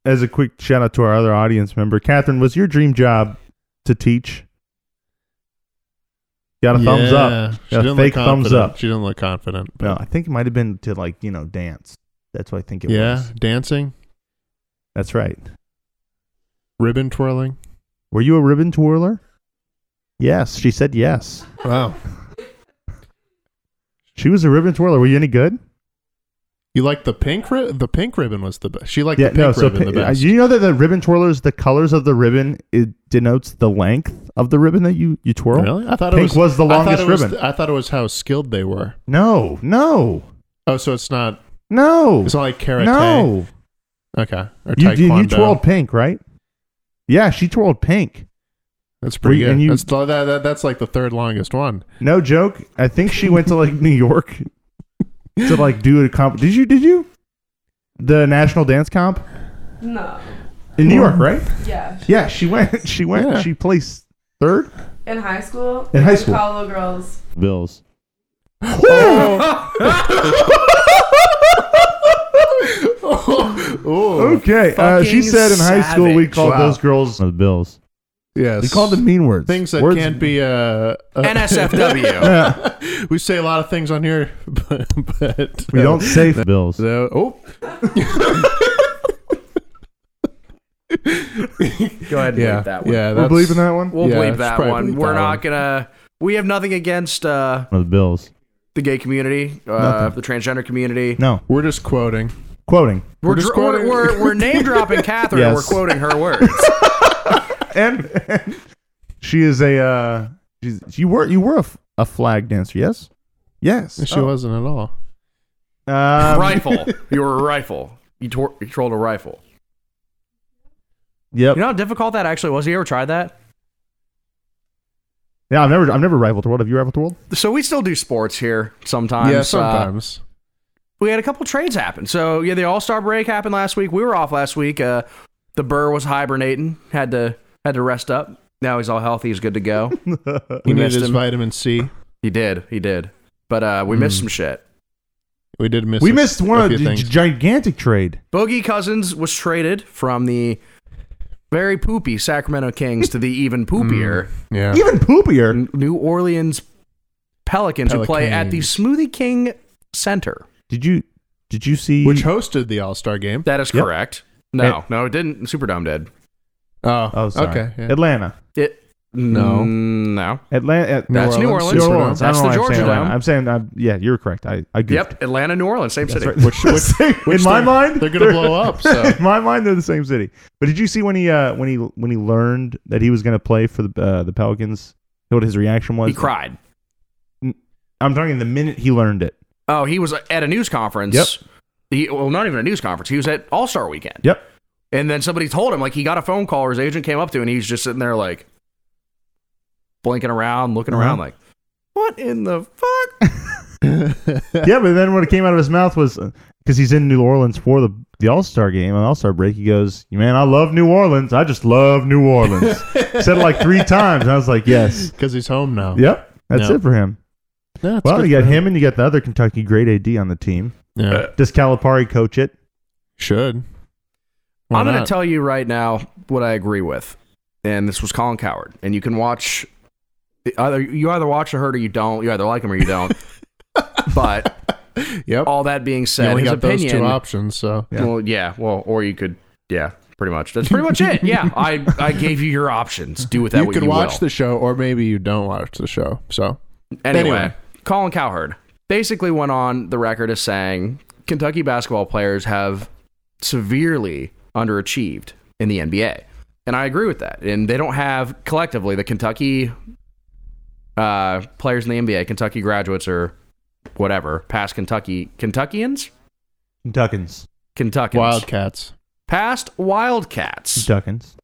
Speaker 1: as a quick shout out to our other audience member, Catherine, was your dream job to teach? Got a thumbs up.
Speaker 2: She
Speaker 1: Got a
Speaker 2: didn't
Speaker 1: fake
Speaker 2: look
Speaker 1: thumbs
Speaker 2: confident.
Speaker 1: up.
Speaker 2: She didn't look confident.
Speaker 1: No, I think it might have been to like you know dance. That's what I think it
Speaker 2: yeah,
Speaker 1: was.
Speaker 2: dancing,
Speaker 1: That's right.
Speaker 2: ribbon twirling.
Speaker 1: Were you a ribbon twirler? Yes, she said yes.
Speaker 2: Wow.
Speaker 1: She was a ribbon twirler. Were you any good?
Speaker 2: You like the pink ri- the pink ribbon was the best. She liked the pink ribbon
Speaker 1: pi- uh,
Speaker 2: the best.
Speaker 1: you know that the ribbon twirlers, the colors of the ribbon, it denotes the length of the ribbon that you you twirl.
Speaker 2: really? I thought it
Speaker 1: Pink
Speaker 2: was,
Speaker 1: was the
Speaker 2: I thought
Speaker 1: longest
Speaker 2: it was-
Speaker 1: ribbon.
Speaker 2: I thought it was how skilled they were.
Speaker 1: No, no,
Speaker 2: Oh, so it's not.
Speaker 1: no,
Speaker 2: It's not like karate.
Speaker 1: no.
Speaker 2: Okay. Or
Speaker 1: You did- you
Speaker 2: taekwondo.
Speaker 1: twirled pink, right? Yeah, she twirled pink.
Speaker 2: That's pretty
Speaker 1: Were you-
Speaker 2: good.
Speaker 1: and you-
Speaker 2: that's, the- that, that, that's like the third
Speaker 1: [LAUGHS]
Speaker 2: longest one. [LAUGHS]
Speaker 1: No joke. I think she went to like New York [LAUGHS] to like do a comp. Did you? Did you? The national dance comp
Speaker 7: No.
Speaker 1: in New York, right?
Speaker 7: Yeah.
Speaker 1: Yeah, she went. [LAUGHS] She went.
Speaker 2: Yeah.
Speaker 1: She placed third.
Speaker 7: In high school.
Speaker 1: In high
Speaker 7: the
Speaker 1: school.
Speaker 7: Call girls.
Speaker 1: [GASPS] Bills.
Speaker 2: Oh, oh.
Speaker 1: Okay. Uh, she
Speaker 3: Fucking
Speaker 1: said in high school we
Speaker 3: savage.
Speaker 1: called
Speaker 2: Wow.
Speaker 1: those girls the Bills.
Speaker 2: Yes.
Speaker 1: We called them mean words.
Speaker 2: things that
Speaker 1: Words-
Speaker 2: can't be. Uh, uh,
Speaker 3: NSFW.
Speaker 1: Yeah,
Speaker 2: [LAUGHS] we say a lot of things on here, [LAUGHS] but, but uh,
Speaker 1: we don't say Bills.
Speaker 2: So, [LAUGHS] oh,
Speaker 3: Go ahead and
Speaker 2: yeah,
Speaker 3: bleep that one.
Speaker 2: yeah.
Speaker 1: We're
Speaker 2: That's,
Speaker 1: believing that one.
Speaker 3: We'll
Speaker 2: Yeah,
Speaker 3: bleep
Speaker 2: it's
Speaker 3: that
Speaker 2: probably
Speaker 3: one.
Speaker 2: bleep
Speaker 3: We're
Speaker 2: that
Speaker 3: not
Speaker 2: one.
Speaker 3: gonna. We have nothing against uh,
Speaker 1: The Bills.
Speaker 3: the gay community, uh, the transgender community.
Speaker 1: No,
Speaker 2: We're just quoting.
Speaker 1: quoting
Speaker 3: We're,
Speaker 2: just
Speaker 3: dr- we're,
Speaker 2: quoting- [LAUGHS]
Speaker 3: we're, we're name dropping Catherine.
Speaker 1: Yes.
Speaker 3: We're quoting her words.
Speaker 1: and, and she is a. Uh, she's, you were you were a, f- a flag dancer, yes? Yes.
Speaker 2: She wasn't at all.
Speaker 1: Um,
Speaker 2: Um,
Speaker 3: rifle. You were a rifle. You, tor- you trolled a rifle.
Speaker 1: Yep.
Speaker 3: You know how difficult that actually was? You ever tried that?
Speaker 1: yeah, I've never I've never rivaled the world. Have you rivaled the world?
Speaker 3: So we still do sports here sometimes.
Speaker 2: yeah,
Speaker 3: Uh,
Speaker 2: sometimes.
Speaker 3: we had a couple trades happen. So yeah, the All Star break happened last week. We were off last week. Uh, the Burr was hibernating, had to had to rest up. Now he's all healthy. He's good
Speaker 2: [LAUGHS]
Speaker 3: to go.
Speaker 2: he needed
Speaker 3: missed
Speaker 2: his
Speaker 3: him.
Speaker 2: vitamin C.
Speaker 3: he did. He did. But uh, we
Speaker 2: Hmm.
Speaker 3: missed some shit.
Speaker 2: We did miss.
Speaker 1: we
Speaker 2: a-
Speaker 1: missed
Speaker 2: a
Speaker 1: one
Speaker 2: few
Speaker 1: of the
Speaker 2: things.
Speaker 1: gigantic trade.
Speaker 3: Bogey Cousins was traded from the very poopy Sacramento Kings to the even poopier
Speaker 2: Mm, yeah.
Speaker 1: Even poopier.
Speaker 3: N- New Orleans Pelicans, who play at the Smoothie King Center.
Speaker 1: Did you did you see
Speaker 2: Which hosted the All Star game?
Speaker 3: That is
Speaker 1: Yep.
Speaker 3: correct. No, no, it didn't. Superdome did.
Speaker 2: Oh,
Speaker 1: Oh, sorry.
Speaker 2: okay. yeah.
Speaker 1: Atlanta.
Speaker 3: It
Speaker 2: No.
Speaker 3: Mm, no.
Speaker 1: Atlanta.
Speaker 2: New
Speaker 3: That's New
Speaker 2: Orleans.
Speaker 3: Orleans.
Speaker 1: New Orleans.
Speaker 3: That's
Speaker 1: I don't
Speaker 3: the
Speaker 1: know why
Speaker 3: Georgia Dome.
Speaker 1: I'm saying Atlanta. I'm saying, i yeah, you're correct. I, I goofed.
Speaker 3: Yep, Atlanta, New Orleans, same
Speaker 1: That's
Speaker 3: city.
Speaker 1: right. Which, [LAUGHS] in my
Speaker 2: they're-
Speaker 1: mind,
Speaker 2: they're gonna blow up. So
Speaker 1: [LAUGHS]
Speaker 2: [LAUGHS]
Speaker 1: in my mind, they're the same city. But did you see when he uh, when he when he learned that he was going to play for the uh, the Pelicans? You know what his reaction was?
Speaker 3: He cried.
Speaker 1: I'm talking the minute he learned
Speaker 2: [LAUGHS]
Speaker 1: it.
Speaker 3: Oh, he was at a news conference.
Speaker 1: Yep.
Speaker 3: He, well, not even a news conference. He was at All Star Weekend.
Speaker 1: Yep.
Speaker 3: And then somebody told him, like, he got a phone call or his agent came up to him and he's just sitting there, like, blinking around, looking around,
Speaker 1: Uh-huh.
Speaker 3: like, what in the fuck?
Speaker 1: yeah, but then what it came out of his mouth was because he's in New Orleans for the the All Star game, an All Star break. He goes, "Man, I love New Orleans. I just love New
Speaker 2: [LAUGHS]
Speaker 1: Orleans." Said it like three times, and I was like, "Yes,
Speaker 2: because he's home now.
Speaker 1: yep, that's
Speaker 2: No.
Speaker 1: it for him."
Speaker 2: Yeah, that's
Speaker 1: well,
Speaker 2: good
Speaker 1: you got
Speaker 2: for
Speaker 1: him, and you got the other Kentucky great AD on the team.
Speaker 2: Yeah,
Speaker 1: Does Calipari coach it?
Speaker 2: should. Why
Speaker 3: I'm going to
Speaker 2: not?
Speaker 3: tell you right now what I agree with. And this was Colin Coward. And you can watch, either you either watch the herd or you don't. You either like him or you
Speaker 2: [LAUGHS]
Speaker 3: don't. but
Speaker 2: Yep.
Speaker 3: all that being
Speaker 2: You
Speaker 3: said,
Speaker 2: only
Speaker 3: his
Speaker 2: got
Speaker 3: opinion.
Speaker 2: those two options. So
Speaker 1: Yeah.
Speaker 3: Well, yeah. Well, or you could, yeah, pretty much. That's pretty
Speaker 2: [LAUGHS]
Speaker 3: much it. Yeah, I I gave you your options. Do with that
Speaker 2: you
Speaker 3: what
Speaker 2: could
Speaker 3: you
Speaker 2: watch
Speaker 3: will.
Speaker 2: the show, or maybe you don't watch the show. So
Speaker 3: Anyway,
Speaker 2: Anyway.
Speaker 3: Colin Cowherd basically went on the record as saying Kentucky basketball players have severely underachieved in the NBA. And I agree with that. And they don't have collectively the Kentucky uh, players in the NBA, Kentucky graduates or whatever, past Kentucky Kentuckians,
Speaker 1: Kentuckins,
Speaker 3: Kentuckians,
Speaker 2: Wildcats.
Speaker 3: past Wildcats.
Speaker 1: Kentuckins.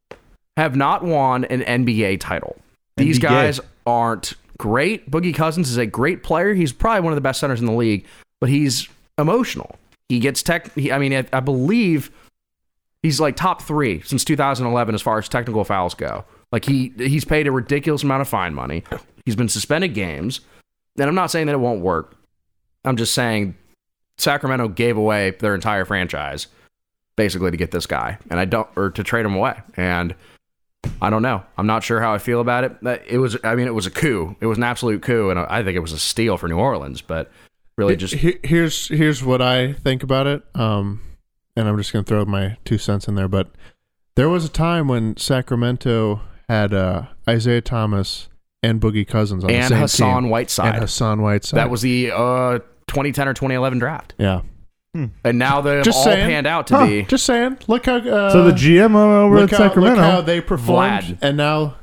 Speaker 3: have not won an NBA title. These
Speaker 1: NBA.
Speaker 3: guys aren't great. Boogie Cousins is a great player. He's probably one of the best centers in the league, but he's emotional. He gets tech. He, I mean, I, I believe he's like top three since 2011 as far as technical fouls go. Like he he's paid a ridiculous amount of fine money. He's been suspended games, and I'm not saying that it won't work. I'm just saying Sacramento gave away their entire franchise basically to get this guy, and I don't or to trade him away. And I don't know. I'm not sure how I feel about it. That- It was, I mean, it was a coup. It was an absolute coup, and I think it was a steal for New Orleans. But really, just
Speaker 2: Here- here's here's what I think about it. Um, and I'm just gonna throw my two cents in there, but there was a time when Sacramento had uh, Isaiah Thomas and Boogie Cousins on the
Speaker 3: and
Speaker 2: same
Speaker 3: Hassan
Speaker 2: team,
Speaker 3: Whiteside.
Speaker 2: and Hassan Whiteside.
Speaker 3: that was the uh, 2010 or 2011 draft,
Speaker 2: yeah.
Speaker 3: and now they have
Speaker 2: Just
Speaker 3: all
Speaker 2: saying.
Speaker 3: panned out to
Speaker 2: Huh,
Speaker 3: be.
Speaker 2: just saying. Look how uh,
Speaker 1: so the GM over
Speaker 2: look
Speaker 1: at
Speaker 2: how,
Speaker 1: Sacramento.
Speaker 2: Look how they performed,
Speaker 3: Vlad.
Speaker 2: and now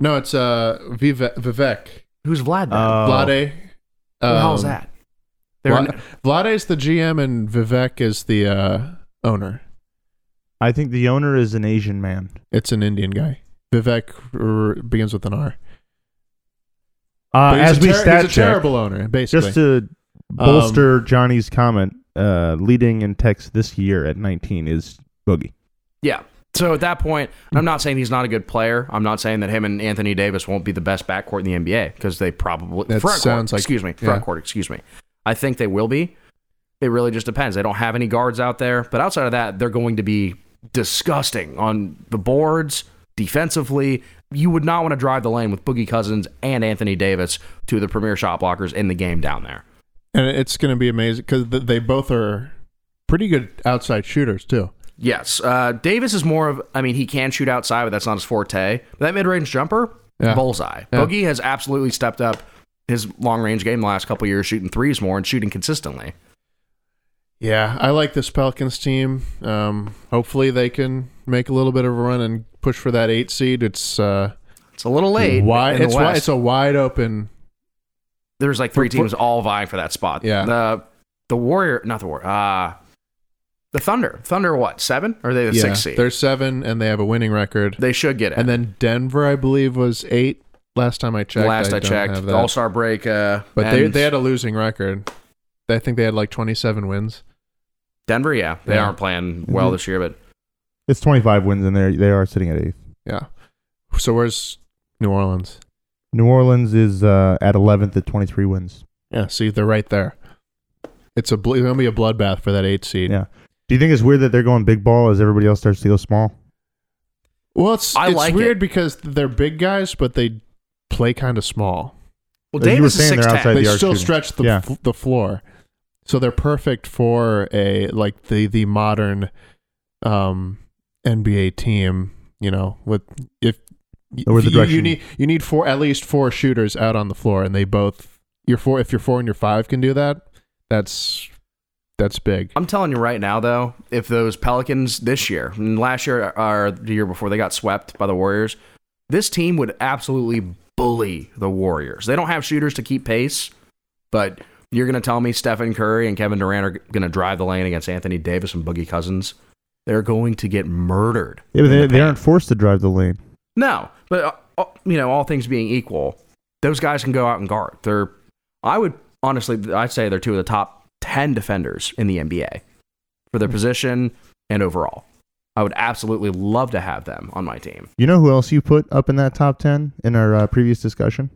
Speaker 2: no, it's uh Vive- Vivek
Speaker 3: Who's Vlad? Then?
Speaker 1: Uh, Oh.
Speaker 2: Vlade.
Speaker 3: Who the hell's
Speaker 2: um,
Speaker 3: that? They're
Speaker 2: Vla- Vlade is the GM and Vivek is the uh, owner.
Speaker 1: I think the owner is an Asian man.
Speaker 2: It's an Indian guy. Vivek r- begins with an R.
Speaker 1: Uh,
Speaker 2: But he's
Speaker 1: as
Speaker 2: a
Speaker 1: we
Speaker 2: ter-
Speaker 1: stat
Speaker 2: he's a
Speaker 1: check,
Speaker 2: terrible owner, basically. Um,
Speaker 1: just to bolster Johnny's comment, uh, leading in text this year at 19 is Boogie.
Speaker 3: Yeah. So at that point, and I'm not saying he's not a good player. I'm not saying that him and Anthony Davis won't be the best backcourt in the NBA because they probably
Speaker 2: That
Speaker 3: front
Speaker 2: sounds
Speaker 3: court,
Speaker 2: like-
Speaker 3: excuse me
Speaker 2: yeah.
Speaker 3: front court excuse me. I think they will be. It really just depends. They don't have any guards out there, but outside of that, they're going to be disgusting on the boards defensively. You would not want to drive the lane with Boogie Cousins and Anthony Davis to the premier shot blockers in the game down there.
Speaker 2: and it's going to be amazing because th- they both are pretty good outside shooters, too.
Speaker 3: Yes, uh, Davis is more of. I mean, he can shoot outside, but that's not his forte. That mid-range jumper,
Speaker 2: Yeah.
Speaker 3: bullseye.
Speaker 2: Yeah.
Speaker 3: Boogie has absolutely stepped up his long-range game the last couple years, shooting threes more and shooting consistently.
Speaker 2: Yeah, I like this Pelicans team. Um, hopefully, they can make a little bit of a run and push for that eight seed. It's uh,
Speaker 3: It's a little late.
Speaker 2: wide.
Speaker 3: in the
Speaker 2: It's wi-
Speaker 3: West.
Speaker 2: it's a wide open.
Speaker 3: There's like three teams all vying for that spot.
Speaker 2: Yeah.
Speaker 3: The the Warrior, not the Warrior. Uh, The Thunder. Thunder, what seven? Or are they the
Speaker 2: yeah,
Speaker 3: six seed?
Speaker 2: they're seven and they have a winning record.
Speaker 3: They should get it.
Speaker 2: And then Denver, I believe, was eight last time I checked.
Speaker 3: last I,
Speaker 2: don't
Speaker 3: checked,
Speaker 2: have
Speaker 3: the
Speaker 2: that.
Speaker 3: All Star break. Uh,
Speaker 2: but they
Speaker 3: ends-
Speaker 2: they had a losing record. I think they had like twenty seven wins.
Speaker 3: Denver. Yeah, they
Speaker 2: Yeah. Mm-hmm.
Speaker 3: aren't playing well
Speaker 1: Mhm.
Speaker 3: this year, but
Speaker 1: It's 25 wins, and they they are sitting at eighth.
Speaker 2: Yeah. So where's New Orleans?
Speaker 1: New Orleans is uh, at 11th at 23 wins.
Speaker 2: Yeah. See, they're right there. It's a bl- it's gonna be a bloodbath for that eight seed.
Speaker 1: Yeah. Do you think it's weird that they're going big ball as everybody else starts to go small?
Speaker 2: Well, it's
Speaker 3: I
Speaker 2: it's
Speaker 3: like
Speaker 2: weird because they're big guys, but they play kind of small.
Speaker 3: well,
Speaker 1: As you were
Speaker 3: Davis is
Speaker 1: saying, they're
Speaker 3: six
Speaker 1: outside
Speaker 3: ten.
Speaker 2: they
Speaker 1: the arc
Speaker 2: still
Speaker 1: shooting.
Speaker 2: stretch the
Speaker 1: Yeah.
Speaker 2: f- the floor, so they're perfect for a like the the modern um, NBA team. You know, with if y-
Speaker 1: Or the
Speaker 2: you, you
Speaker 1: direction.
Speaker 2: need you need four at least four shooters out on the floor, and they both your four if your four and your five can do that, that's that's big.
Speaker 3: I'm telling you right now, though, if those Pelicans this year and last year or the year before they got swept by the Warriors, this team would absolutely bully the Warriors. They don't have shooters to keep pace, but you're going to tell me Stephen Curry and Kevin Durant are going to drive the lane against Anthony Davis and Boogie Cousins. They're going to get murdered.
Speaker 1: Yeah, but
Speaker 3: in
Speaker 1: they,
Speaker 3: the
Speaker 1: they
Speaker 3: paint.
Speaker 1: aren't forced to drive the lane.
Speaker 3: No, but uh, uh, you know, all things being equal, those guys can go out and guard. They're, I would honestly, I'd say they're two of the top ten defenders in the NBA for their position and overall. I would absolutely love to have them on my team.
Speaker 1: You know who else you put up in that top 10 in our uh, previous discussion,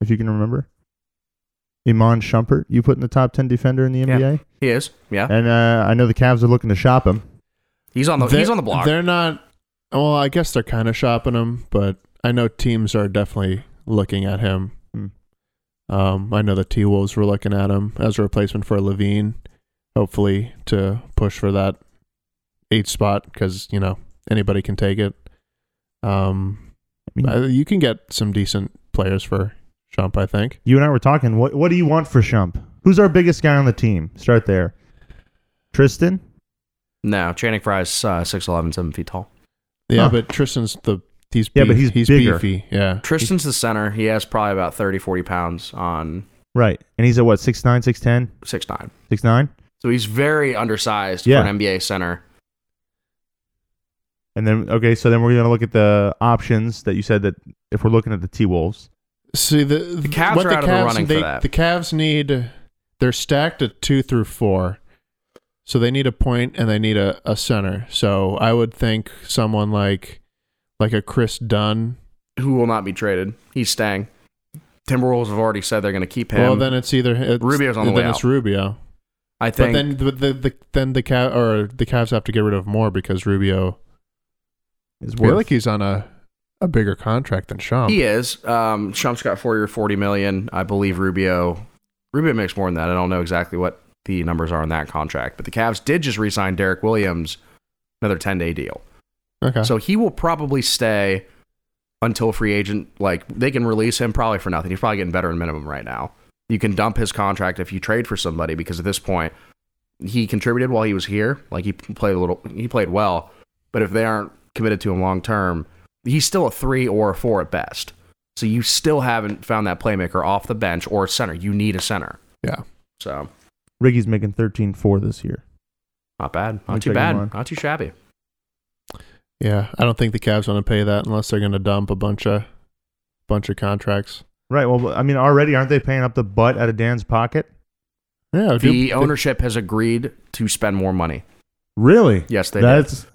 Speaker 1: if you can remember? Iman Shumpert, you put in the top 10 defender in the
Speaker 3: Yeah.
Speaker 1: NBA.
Speaker 3: He is, yeah,
Speaker 1: And uh, I know the Cavs are looking to shop him.
Speaker 3: he's on the
Speaker 2: They're-
Speaker 3: he's on the block.
Speaker 2: They're not. Well, I guess they're kind of shopping him, but I know teams are definitely looking at him.
Speaker 1: Hmm.
Speaker 2: Um, I know the T Wolves were looking at him as a replacement for Levine, hopefully to push for that eight spot because you know anybody can take it. Um,
Speaker 1: I mean-
Speaker 2: uh, you can get some decent players for Shump, I think.
Speaker 1: You and I were talking. What What do you want for Shump? Who's our biggest guy on the team? Start there. Tristan.
Speaker 3: No, Channing Frye's uh, 6'11", 7 feet tall.
Speaker 2: Yeah,
Speaker 1: Huh.
Speaker 2: but Tristan's the he's
Speaker 1: Yeah, but
Speaker 2: beef-
Speaker 1: he's bigger.
Speaker 2: beefy. Yeah,
Speaker 3: Tristan's the center. He has probably about 30, 40 pounds on
Speaker 1: Right. And he's at what? 6'9", 6'10",
Speaker 3: six nine.
Speaker 1: 6'9"?
Speaker 3: So he's very undersized
Speaker 1: Yeah.
Speaker 3: for an NBA center.
Speaker 1: And then okay, so then we're gonna look at the options that you said that if we're looking at the T Wolves.
Speaker 2: See the the
Speaker 3: Cavs
Speaker 2: what
Speaker 3: are
Speaker 2: the
Speaker 3: out of
Speaker 2: Cavs,
Speaker 3: the running for
Speaker 2: they-
Speaker 3: that.
Speaker 2: The Cavs need they're stacked at two through four, so they need a point and they need a, a center. So I would think someone like like a Chris Dunn.
Speaker 3: who will not be traded. He's staying. Timberwolves have already said they're going to keep him.
Speaker 2: Well, then it's either it's,
Speaker 3: Rubio's on the
Speaker 2: then
Speaker 3: way
Speaker 2: it's
Speaker 3: out.
Speaker 2: Rubio.
Speaker 3: I think
Speaker 2: But then the, the, the then the Cav, or the Cavs have to get rid of more because Rubio.
Speaker 1: Is
Speaker 2: I feel
Speaker 1: worth.
Speaker 2: like he's on a a bigger contract than Sean.
Speaker 3: he is. Um, Shump's got four year, forty million. I believe Rubio. Rubio makes more than that. I don't know exactly what the numbers are on that contract, but the Cavs did just re-sign Derek Williams, another ten day deal.
Speaker 2: Okay.
Speaker 3: So he will probably stay until free agent. Like they can release him probably for nothing. He's probably getting veteran minimum right now. You can dump his contract if you trade for somebody because at this point he contributed while he was here. Like he played a little, he played well. But if they aren't committed to him long term, he's still a three or a four at best. So you still haven't found that playmaker off the bench or a center. You need a center.
Speaker 2: Yeah.
Speaker 3: So
Speaker 1: Ricky's making 13-4 this year.
Speaker 3: not bad,
Speaker 1: Let me
Speaker 3: not too
Speaker 1: check him on.
Speaker 3: bad, not too shabby.
Speaker 2: yeah, I don't think the Cavs want to pay that unless they're going to dump a bunch of bunch of contracts.
Speaker 1: Right. Well, I mean, already aren't they paying up the butt out of Dan's pocket?
Speaker 2: Yeah, do-
Speaker 3: The ownership has agreed to spend more money.
Speaker 1: Really?
Speaker 3: Yes, they. did.
Speaker 1: That's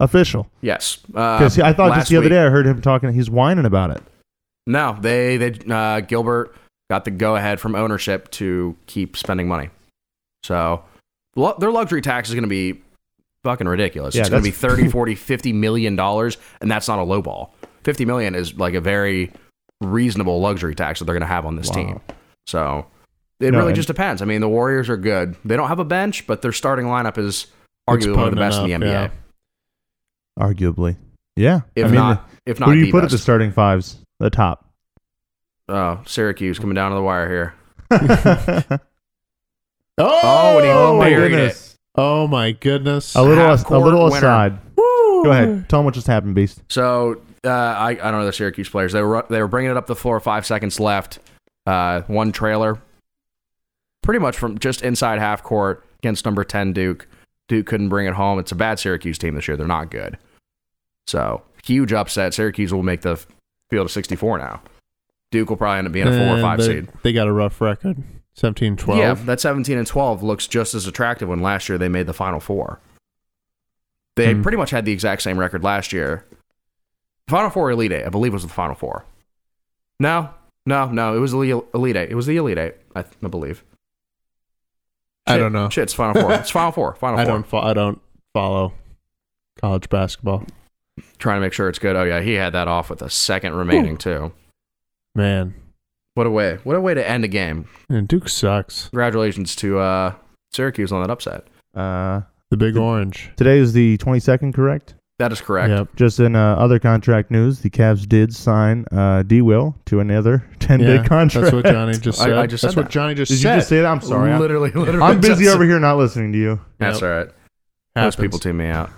Speaker 1: official.
Speaker 3: Yes, Uh, because
Speaker 1: Because I thought just the other day I heard him talking. He's whining about it.
Speaker 3: No, they they uh, Gilbert got the go ahead from ownership to keep spending money. So lu- their luxury tax is going to be fucking ridiculous.
Speaker 1: Yeah,
Speaker 3: it's going to be
Speaker 1: that's- [LAUGHS]
Speaker 3: 30, 40, 50 million dollars and that's not a low ball. 50 million is like a very reasonable luxury tax that they're going to have on this
Speaker 1: Wow.
Speaker 3: team. So it
Speaker 1: No,
Speaker 3: really
Speaker 1: and-
Speaker 3: just depends. I mean, the Warriors are good. They don't have a bench, but their starting lineup is
Speaker 2: It's
Speaker 3: arguably one of the
Speaker 2: potent
Speaker 3: best in
Speaker 2: enough,
Speaker 3: the
Speaker 2: yeah.
Speaker 3: NBA.
Speaker 1: Arguably. Yeah.
Speaker 3: If
Speaker 1: I mean,
Speaker 3: not, if not,
Speaker 1: who do you
Speaker 3: the
Speaker 1: put at the
Speaker 3: best.
Speaker 1: starting fives? The
Speaker 3: [LAUGHS]
Speaker 1: top.
Speaker 3: Oh, Syracuse coming down to the wire here.
Speaker 1: oh,
Speaker 2: Oh,
Speaker 3: Oh, and he
Speaker 1: my
Speaker 3: buried it.
Speaker 1: goodness.
Speaker 2: oh my goodness.
Speaker 1: A little,
Speaker 3: Half
Speaker 1: a
Speaker 3: court
Speaker 1: little
Speaker 3: winner.
Speaker 1: aside. Go ahead. Tell them what just happened, Beast.
Speaker 3: So uh, I, I don't know the Syracuse players. They were they were bringing it up the floor. Five seconds left. Uh, one trailer, pretty much from just inside half court against number ten Duke. Duke couldn't bring it home. It's a bad Syracuse team this year. They're not good. So huge upset. Syracuse will make the field of 64 now. Duke will probably end up being a four or
Speaker 2: And
Speaker 3: five
Speaker 2: they,
Speaker 3: seed.
Speaker 2: They got a rough record 17 12.
Speaker 3: Yeah, that 17 and 12 looks just as attractive when last year they made the final four. They
Speaker 2: Hmm.
Speaker 3: pretty much had the exact same record last year. Final four Elite Eight, I believe, was the final four. No, no, no. It was the Elite Eight. It was the Elite Eight, I, th- I believe.
Speaker 2: I
Speaker 3: Shit,
Speaker 2: don't know.
Speaker 3: Shit, it's final four. It's final four. Final
Speaker 2: I
Speaker 3: four.
Speaker 2: don't, fo- I don't follow college basketball.
Speaker 3: Trying to make sure it's good. Oh yeah, he had that off with a second remaining too.
Speaker 2: Man,
Speaker 3: What a way! What a way to end a game.
Speaker 2: and Duke sucks.
Speaker 3: Congratulations to uh, Syracuse on that upset.
Speaker 1: Uh,
Speaker 2: The big
Speaker 1: The-
Speaker 2: orange.
Speaker 1: today is the 22nd, correct?
Speaker 3: That is correct.
Speaker 2: Yep.
Speaker 1: Just in uh, other contract news, the Cavs did sign uh, D. Will to another [LAUGHS] 10-day
Speaker 2: Yeah,
Speaker 1: contract.
Speaker 2: That's what Johnny just
Speaker 3: [LAUGHS] I-
Speaker 2: said.
Speaker 3: I just
Speaker 2: That's
Speaker 3: said
Speaker 2: what
Speaker 3: that.
Speaker 2: Johnny
Speaker 1: [LAUGHS]
Speaker 2: just
Speaker 1: Did
Speaker 2: said.
Speaker 1: you just say that? I'm sorry. I-
Speaker 3: [LAUGHS] Literally, literally.
Speaker 1: I'm busy
Speaker 3: just-
Speaker 1: over here not listening to you.
Speaker 3: That's
Speaker 2: Yep.
Speaker 3: all right.
Speaker 2: Happens.
Speaker 3: Most people tune me out.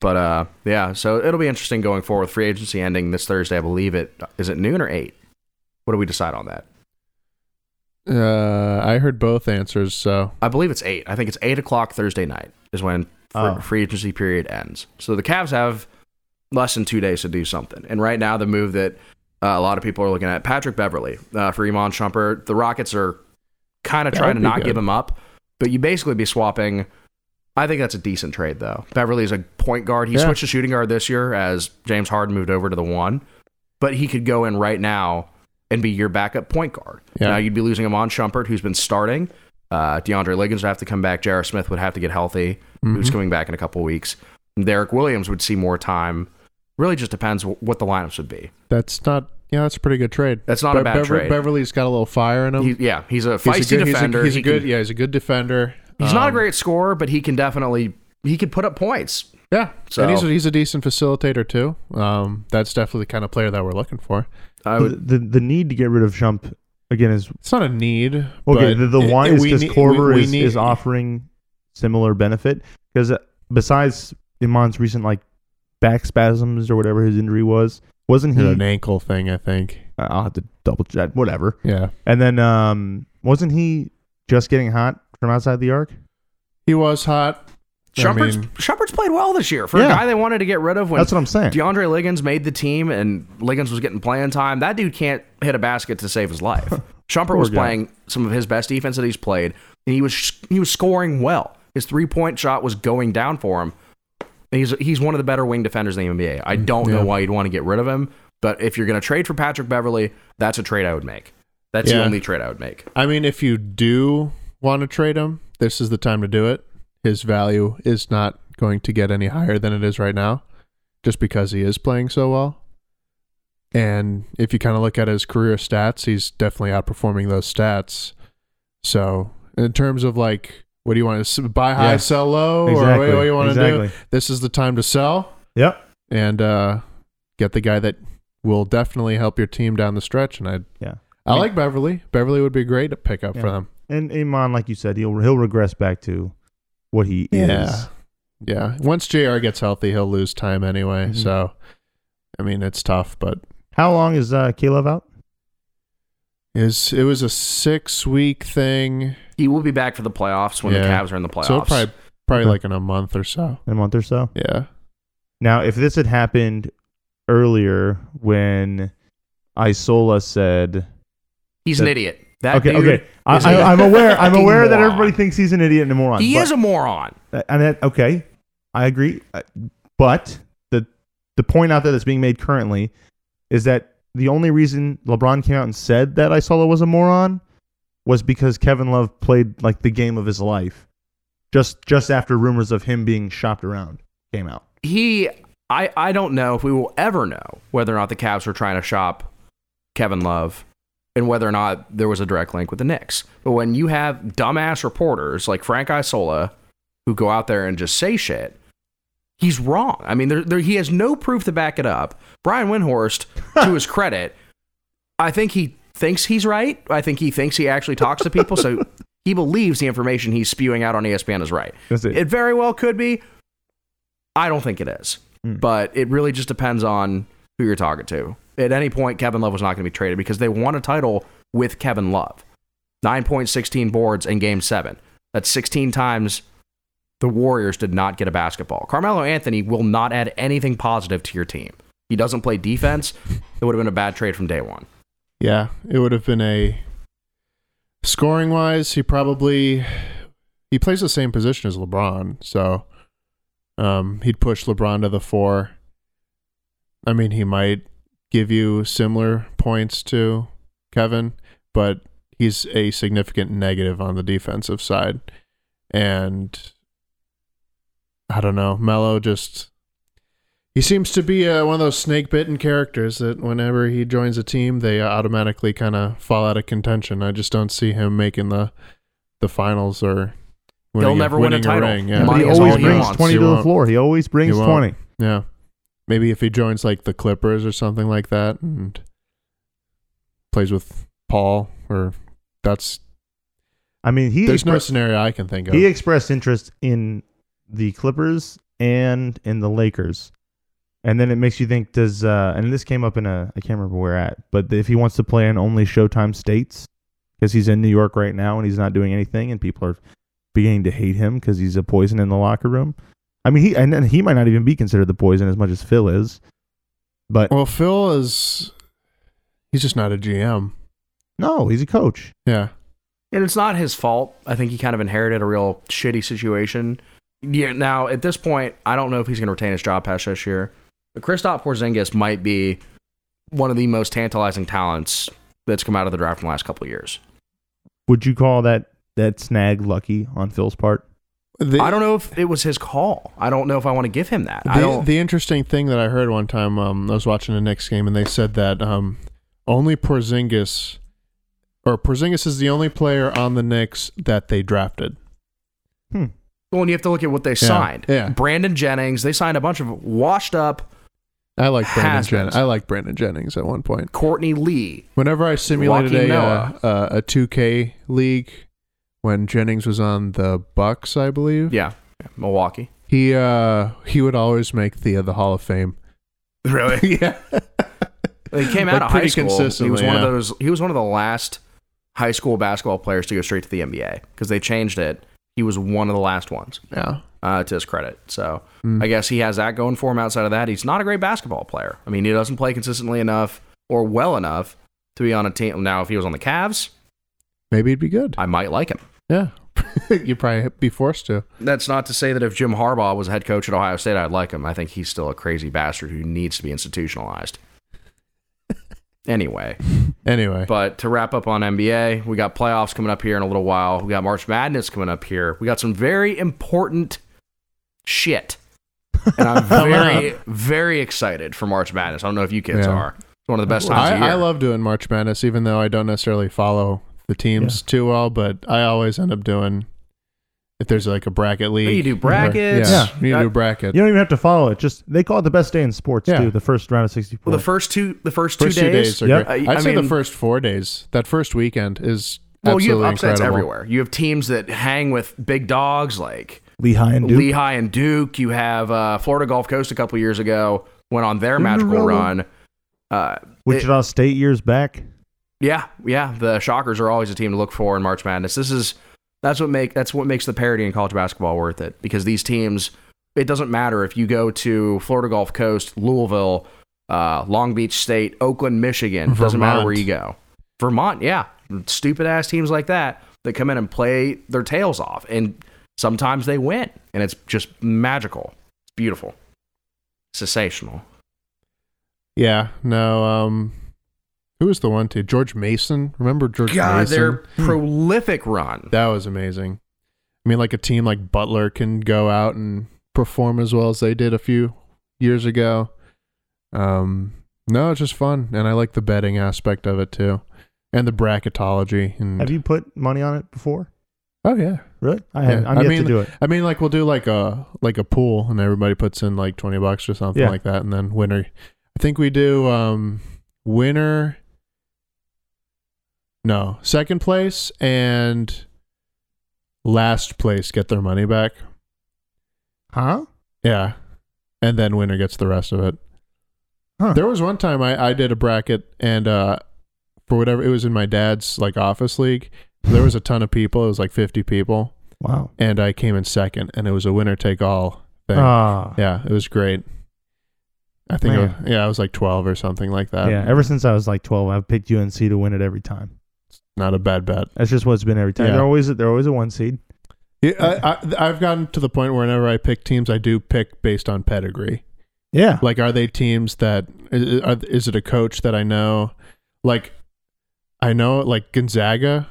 Speaker 3: but uh, yeah, so it'll be interesting going forward. Free agency ending this Thursday, I believe it is it noon or eight. What do we decide on that?
Speaker 2: Uh, I heard both answers, so
Speaker 3: I believe it's eight. I think it's eight o'clock Thursday night is when fr-
Speaker 1: Oh.
Speaker 3: free agency period ends. So the Cavs have less than two days to do something. And right now, the move that uh, a lot of people are looking at Patrick Beverly uh, for Iman Shumpert. The Rockets are kind of
Speaker 2: That
Speaker 3: trying
Speaker 2: would
Speaker 3: to
Speaker 2: be
Speaker 3: not
Speaker 2: good.
Speaker 3: give him up, but you basically be swapping. I think that's a decent trade though. Beverly is a point guard. He
Speaker 2: Yeah.
Speaker 3: switched to shooting guard this year as James Harden moved over to the one, but he could go in right now and be your backup point guard.
Speaker 2: Yeah.
Speaker 3: Now you'd be losing Amon Shumpert, who's been starting. Uh, DeAndre Liggins would have to come back. Jarrett Smith would have to get healthy, who's
Speaker 2: mhm.
Speaker 3: coming back in a couple weeks. Derek Williams would see more time. Really, just depends wh- what the lineups would be.
Speaker 2: that's not. Yeah, that's a pretty good trade.
Speaker 3: That's not a bad trade.
Speaker 2: Beverly's got a little fire in him.
Speaker 3: He- yeah, he's a
Speaker 2: He's
Speaker 3: feisty
Speaker 2: a good, he's a-
Speaker 3: defender.
Speaker 2: He's a,
Speaker 3: He
Speaker 2: good.
Speaker 3: can-
Speaker 2: yeah, he's a good defender.
Speaker 3: he's not a
Speaker 2: Um,
Speaker 3: great scorer, but he can definitely he could put up points.
Speaker 2: Yeah,
Speaker 3: So-
Speaker 2: and he's a, he's a decent facilitator too. Um, that's definitely the kind of player that we're looking for.
Speaker 3: I would.
Speaker 1: the, the the need to get rid of Shump again is
Speaker 2: It's not a need.
Speaker 1: okay.
Speaker 2: but
Speaker 1: The, the
Speaker 2: it-
Speaker 1: one
Speaker 2: it-
Speaker 1: is
Speaker 2: we
Speaker 1: because
Speaker 2: need-
Speaker 1: Corver
Speaker 2: we- we
Speaker 1: is,
Speaker 2: need-
Speaker 1: is offering similar benefit because besides Iman's recent like back spasms or whatever his injury was, wasn't
Speaker 2: He
Speaker 1: he?
Speaker 2: had an ankle thing, I think.
Speaker 1: I- I'll have to double check. Whatever.
Speaker 2: Yeah,
Speaker 1: And then um, wasn't he just getting hot from outside the arc?
Speaker 2: he was hot. I
Speaker 3: Shumpert's,
Speaker 2: mean-
Speaker 3: Shumpert's played well this year for a
Speaker 1: Yeah.
Speaker 3: guy they wanted to get rid of when
Speaker 1: That's what I'm saying.
Speaker 3: [LAUGHS] DeAndre Liggins made the team and Liggins was getting playing time. That dude can't hit a basket to save his life. Shumpert was
Speaker 1: guy.
Speaker 3: playing some of his best defense that he's played, and he was he was scoring well. His three point shot was going down for him. He's he's one of the better wing defenders in the NBA. I don't know
Speaker 2: Yeah.
Speaker 3: why you'd want to get rid of him, but if you're going to trade for Patrick Beverly, that's a trade I would make. That's the
Speaker 2: Yeah.
Speaker 3: only trade I would make.
Speaker 2: I mean, if you do want to trade him, this is the time to do it. His value is not going to get any higher than it is right now, just because he is playing so well. And if you kind of look at his career stats, he's definitely outperforming those stats. So, in terms of like, what do you want to buy high,
Speaker 1: Yeah.
Speaker 2: sell low, or what, what you want to
Speaker 1: exactly.
Speaker 2: do? This is the time to sell
Speaker 1: Yep.
Speaker 2: and uh, get the guy that will definitely help your team down the stretch. And I,
Speaker 1: Yeah.
Speaker 2: I like Beverly. Beverly would be a great pickup for
Speaker 1: Yeah.
Speaker 2: them.
Speaker 1: And Iman, like you said, he'll he'll regress back to what he is.
Speaker 2: Yeah. Once JR gets healthy, he'll lose time anyway.
Speaker 1: Mhm.
Speaker 2: So, I mean, it's tough, but
Speaker 1: How long is uh, Caleb out?
Speaker 2: is it was a six week thing.
Speaker 3: He will be back for the playoffs when the
Speaker 2: Yeah.
Speaker 3: Cavs are in the playoffs.
Speaker 2: So, probably, probably
Speaker 1: Okay.
Speaker 2: like in a month or so.
Speaker 1: In a month or so.
Speaker 2: Yeah.
Speaker 1: Now, if this had happened earlier when Isola said,
Speaker 3: he's an idiot. That
Speaker 1: "Okay,
Speaker 3: dude,
Speaker 1: okay, I,
Speaker 3: is a
Speaker 1: I, I'm aware, I'm
Speaker 3: fucking
Speaker 1: aware that
Speaker 3: moron.
Speaker 1: everybody thinks he's an idiot and a moron."
Speaker 3: He
Speaker 1: but,
Speaker 3: is a moron.
Speaker 1: and that, okay, I agree. Uh, But the the point out there that's being made currently is that the only reason LeBron came out and said that Isola was a moron was because Kevin Love played like the game of his life, just just after rumors of him being shopped around came out.
Speaker 3: he I, I don't know if we will ever know whether or not the Cavs were trying to shop Kevin Love and whether or not there was a direct link with the Knicks. But when you have dumbass reporters like Frank Isola who go out there and just say shit, he's wrong. I mean, there, there, he has no proof to back it up. Brian Windhorst, to his credit, I think he thinks he's right. I think he thinks he actually talks to people. So he believes the information he's spewing out on E ESPN is right.
Speaker 1: That's it.
Speaker 3: It very well could be. I don't think it is,
Speaker 1: Hmm.
Speaker 3: but it really just depends on who you're talking to. At any point, Kevin Love was not going to be traded because they won a title with Kevin Love. 9.16 boards in game seven. That's 16 times the Warriors did not get a basketball. Carmelo Anthony will not add anything positive to your team. He doesn't play defense. It would have been a bad trade from day one.
Speaker 2: Yeah, it would have been a scoring wise. He probably he plays the same position as LeBron, so um, he'd push LeBron to the four. I mean, he might give you similar points to Kevin, but he's a significant negative on the defensive side, and I don't know. Mello just he seems to be uh, one of those snake bitten characters that whenever he joins a team, they automatically kind of fall out of contention. I just don't see him making the the finals or
Speaker 3: They'll
Speaker 2: winning
Speaker 3: never win a
Speaker 2: winning
Speaker 3: title.
Speaker 2: ring. Yeah.
Speaker 1: But
Speaker 3: Money
Speaker 1: he
Speaker 3: is
Speaker 1: always
Speaker 3: all he
Speaker 1: brings
Speaker 3: wants.
Speaker 1: twenty
Speaker 2: He
Speaker 1: to the
Speaker 2: won't.
Speaker 1: floor. He always brings
Speaker 2: He won't.
Speaker 1: twenty.
Speaker 2: Yeah, maybe if he joins like the Clippers or something like that and plays with Paul or that's
Speaker 1: I mean, he
Speaker 2: there's no
Speaker 1: expressed-
Speaker 2: scenario I can think of.
Speaker 1: he expressed interest in the Clippers and in the Lakers. And then it makes you think does uh and this came up in a I can't remember where at, but if he wants to play in only Showtime states because he's in New York right now and he's not doing anything and people are beginning to hate him cuz he's a poison in the locker room. I mean, he and, and he might not even be considered the poison as much as Phil is. But
Speaker 2: well, Phil is he's just not a GM.
Speaker 1: no, he's a coach.
Speaker 2: Yeah.
Speaker 3: And it's not his fault. I think he kind of inherited a real shitty situation. Yeah, now at this point, I don't know if he's going to retain his job past this year. But Kristaps Porzingis might be one of the most tantalizing talents that's come out of the draft in the last couple of years.
Speaker 1: Would you call that that snag lucky on Phil's part?
Speaker 2: The-
Speaker 3: I don't know if it was his call. I don't know if I want to give him that. I
Speaker 2: The,
Speaker 3: don't.
Speaker 2: the interesting thing that I heard one time, um, I was watching the Knicks game, and they said that um, only Porzingis, or Porzingis is the only player on the Knicks that they drafted.
Speaker 1: Hmm.
Speaker 3: well, and you have to look at what they signed.
Speaker 2: yeah.
Speaker 3: Brandon Jennings. They signed a bunch of washed up
Speaker 2: I like Brandon
Speaker 3: Has-beens.
Speaker 2: Jennings. I like Brandon Jennings at one point.
Speaker 3: Courtney Lee.
Speaker 2: Whenever I simulated
Speaker 3: Joakim
Speaker 2: a, uh, uh, a 2K league, when Jennings was on the Bucks, I believe
Speaker 3: Yeah, Milwaukee.
Speaker 2: he uh, he would always make the uh, the Hall of Fame.
Speaker 3: [LAUGHS] Really?
Speaker 2: [LAUGHS] yeah,
Speaker 3: He came
Speaker 2: Like,
Speaker 3: out of high
Speaker 2: pretty
Speaker 3: school.
Speaker 2: consistently,
Speaker 3: he was one of
Speaker 2: yeah.
Speaker 3: those. He was one of the last high school basketball players to go straight to the NBA because they changed it. He was one of the last ones
Speaker 2: yeah.
Speaker 3: uh, to his credit. So
Speaker 2: Mm.
Speaker 3: I guess he has that going for him. Outside of that, he's not a great basketball player. I mean, he doesn't play consistently enough or well enough to be on a team. Now, if he was on the Cavs,
Speaker 2: Maybe he'd be good.
Speaker 3: I might like him.
Speaker 2: Yeah, [LAUGHS] you'd probably be forced to.
Speaker 3: That's not to say that if Jim Harbaugh was head coach at Ohio State, I'd like him. I think he's still a crazy bastard who needs to be institutionalized. [LAUGHS] anyway,
Speaker 2: Anyway,
Speaker 3: But to wrap up on NBA, we got playoffs coming up here in a little while. We got March Madness coming up here. We got some very important shit.
Speaker 2: [LAUGHS]
Speaker 3: And I'm very, very excited for March Madness. I don't know if you kids
Speaker 2: Yeah.
Speaker 3: are. It's one of the best times of
Speaker 2: I,
Speaker 3: year.
Speaker 2: I love doing March Madness, even though I don't necessarily follow the teams too well. But I always end up doing if there's like a bracket league.
Speaker 3: Oh, do brackets.
Speaker 2: Yeah,
Speaker 3: Yeah.
Speaker 2: you
Speaker 3: I-
Speaker 2: do bracket.
Speaker 1: You don't even have to follow it. Just they call it the best day in sports
Speaker 2: Yeah.
Speaker 1: too. The first round of sixty four.
Speaker 3: well, the first two, the first,
Speaker 2: First two days, are
Speaker 1: Yep.
Speaker 2: great.
Speaker 3: I-
Speaker 2: I'd
Speaker 3: I
Speaker 2: say
Speaker 3: mean-
Speaker 2: the first four days. That first weekend is
Speaker 3: well, you
Speaker 2: absolutely
Speaker 3: have upsets
Speaker 2: incredible.
Speaker 3: everywhere. You have teams that hang with big dogs like
Speaker 1: Lehigh and Duke.
Speaker 3: Lehigh and Duke. You have uh, Florida Gulf Coast a couple years ago went on their magical
Speaker 1: Cinderella.
Speaker 3: run. Uh,
Speaker 1: Wichita State years back.
Speaker 3: Yeah, yeah. The Shockers are always a team to look for in March Madness. This is that's what make that's what makes the parity in college basketball worth it because these teams. It doesn't matter if you go to Florida Gulf Coast, Louisville, uh, Long Beach State, Oakland, Michigan. It doesn't matter where
Speaker 2: Vermont.
Speaker 3: you go. Vermont, yeah, stupid ass teams like that that come in and play their tails off, and sometimes they win, and it's just magical. It's beautiful, sensational.
Speaker 2: Yeah. No. Um. Who was the one to George Mason? Remember George
Speaker 3: God,
Speaker 2: Mason?
Speaker 3: their prolific run.
Speaker 2: That was amazing. I mean, like a team like Butler can go out and perform as well as they did a few years ago. Um, no, it's just fun, and I like the betting aspect of it too, and the bracketology. And
Speaker 1: Have you put money on it before?
Speaker 2: oh yeah,
Speaker 1: Really? I have.
Speaker 2: Yeah.
Speaker 1: I'm
Speaker 2: I
Speaker 1: yet
Speaker 2: mean,
Speaker 1: to do it.
Speaker 2: I mean, like we'll do like a like a pool, and everybody puts in like twenty bucks or something
Speaker 1: Yeah.
Speaker 2: like that, and then winner. I think we do um winner. No, second place and last place get their money back.
Speaker 1: Huh?
Speaker 2: Yeah. And then winner gets the rest of it.
Speaker 1: Huh.
Speaker 2: There was one time I, I did a bracket and uh for whatever it was in my dad's like office league. There was a ton of people. It was like fifty people.
Speaker 1: Wow.
Speaker 2: and I came in second, and it was a winner take all thing.
Speaker 1: Ah.
Speaker 2: yeah, it was great. I think, I
Speaker 1: Man.
Speaker 2: was- yeah, I was like twelve or something like that.
Speaker 1: yeah. Ever since I was like 12, I've picked UNC to win it every time.
Speaker 2: not a bad bet.
Speaker 1: That's just what it's been every time.
Speaker 2: Yeah.
Speaker 1: They're always they're always a one seed.
Speaker 2: Yeah, I, I, I've gotten to the point where whenever I pick teams, I do pick based on pedigree.
Speaker 1: Yeah.
Speaker 2: Like, are they teams that is, are- is it a coach that I know? Like, I know like Gonzaga.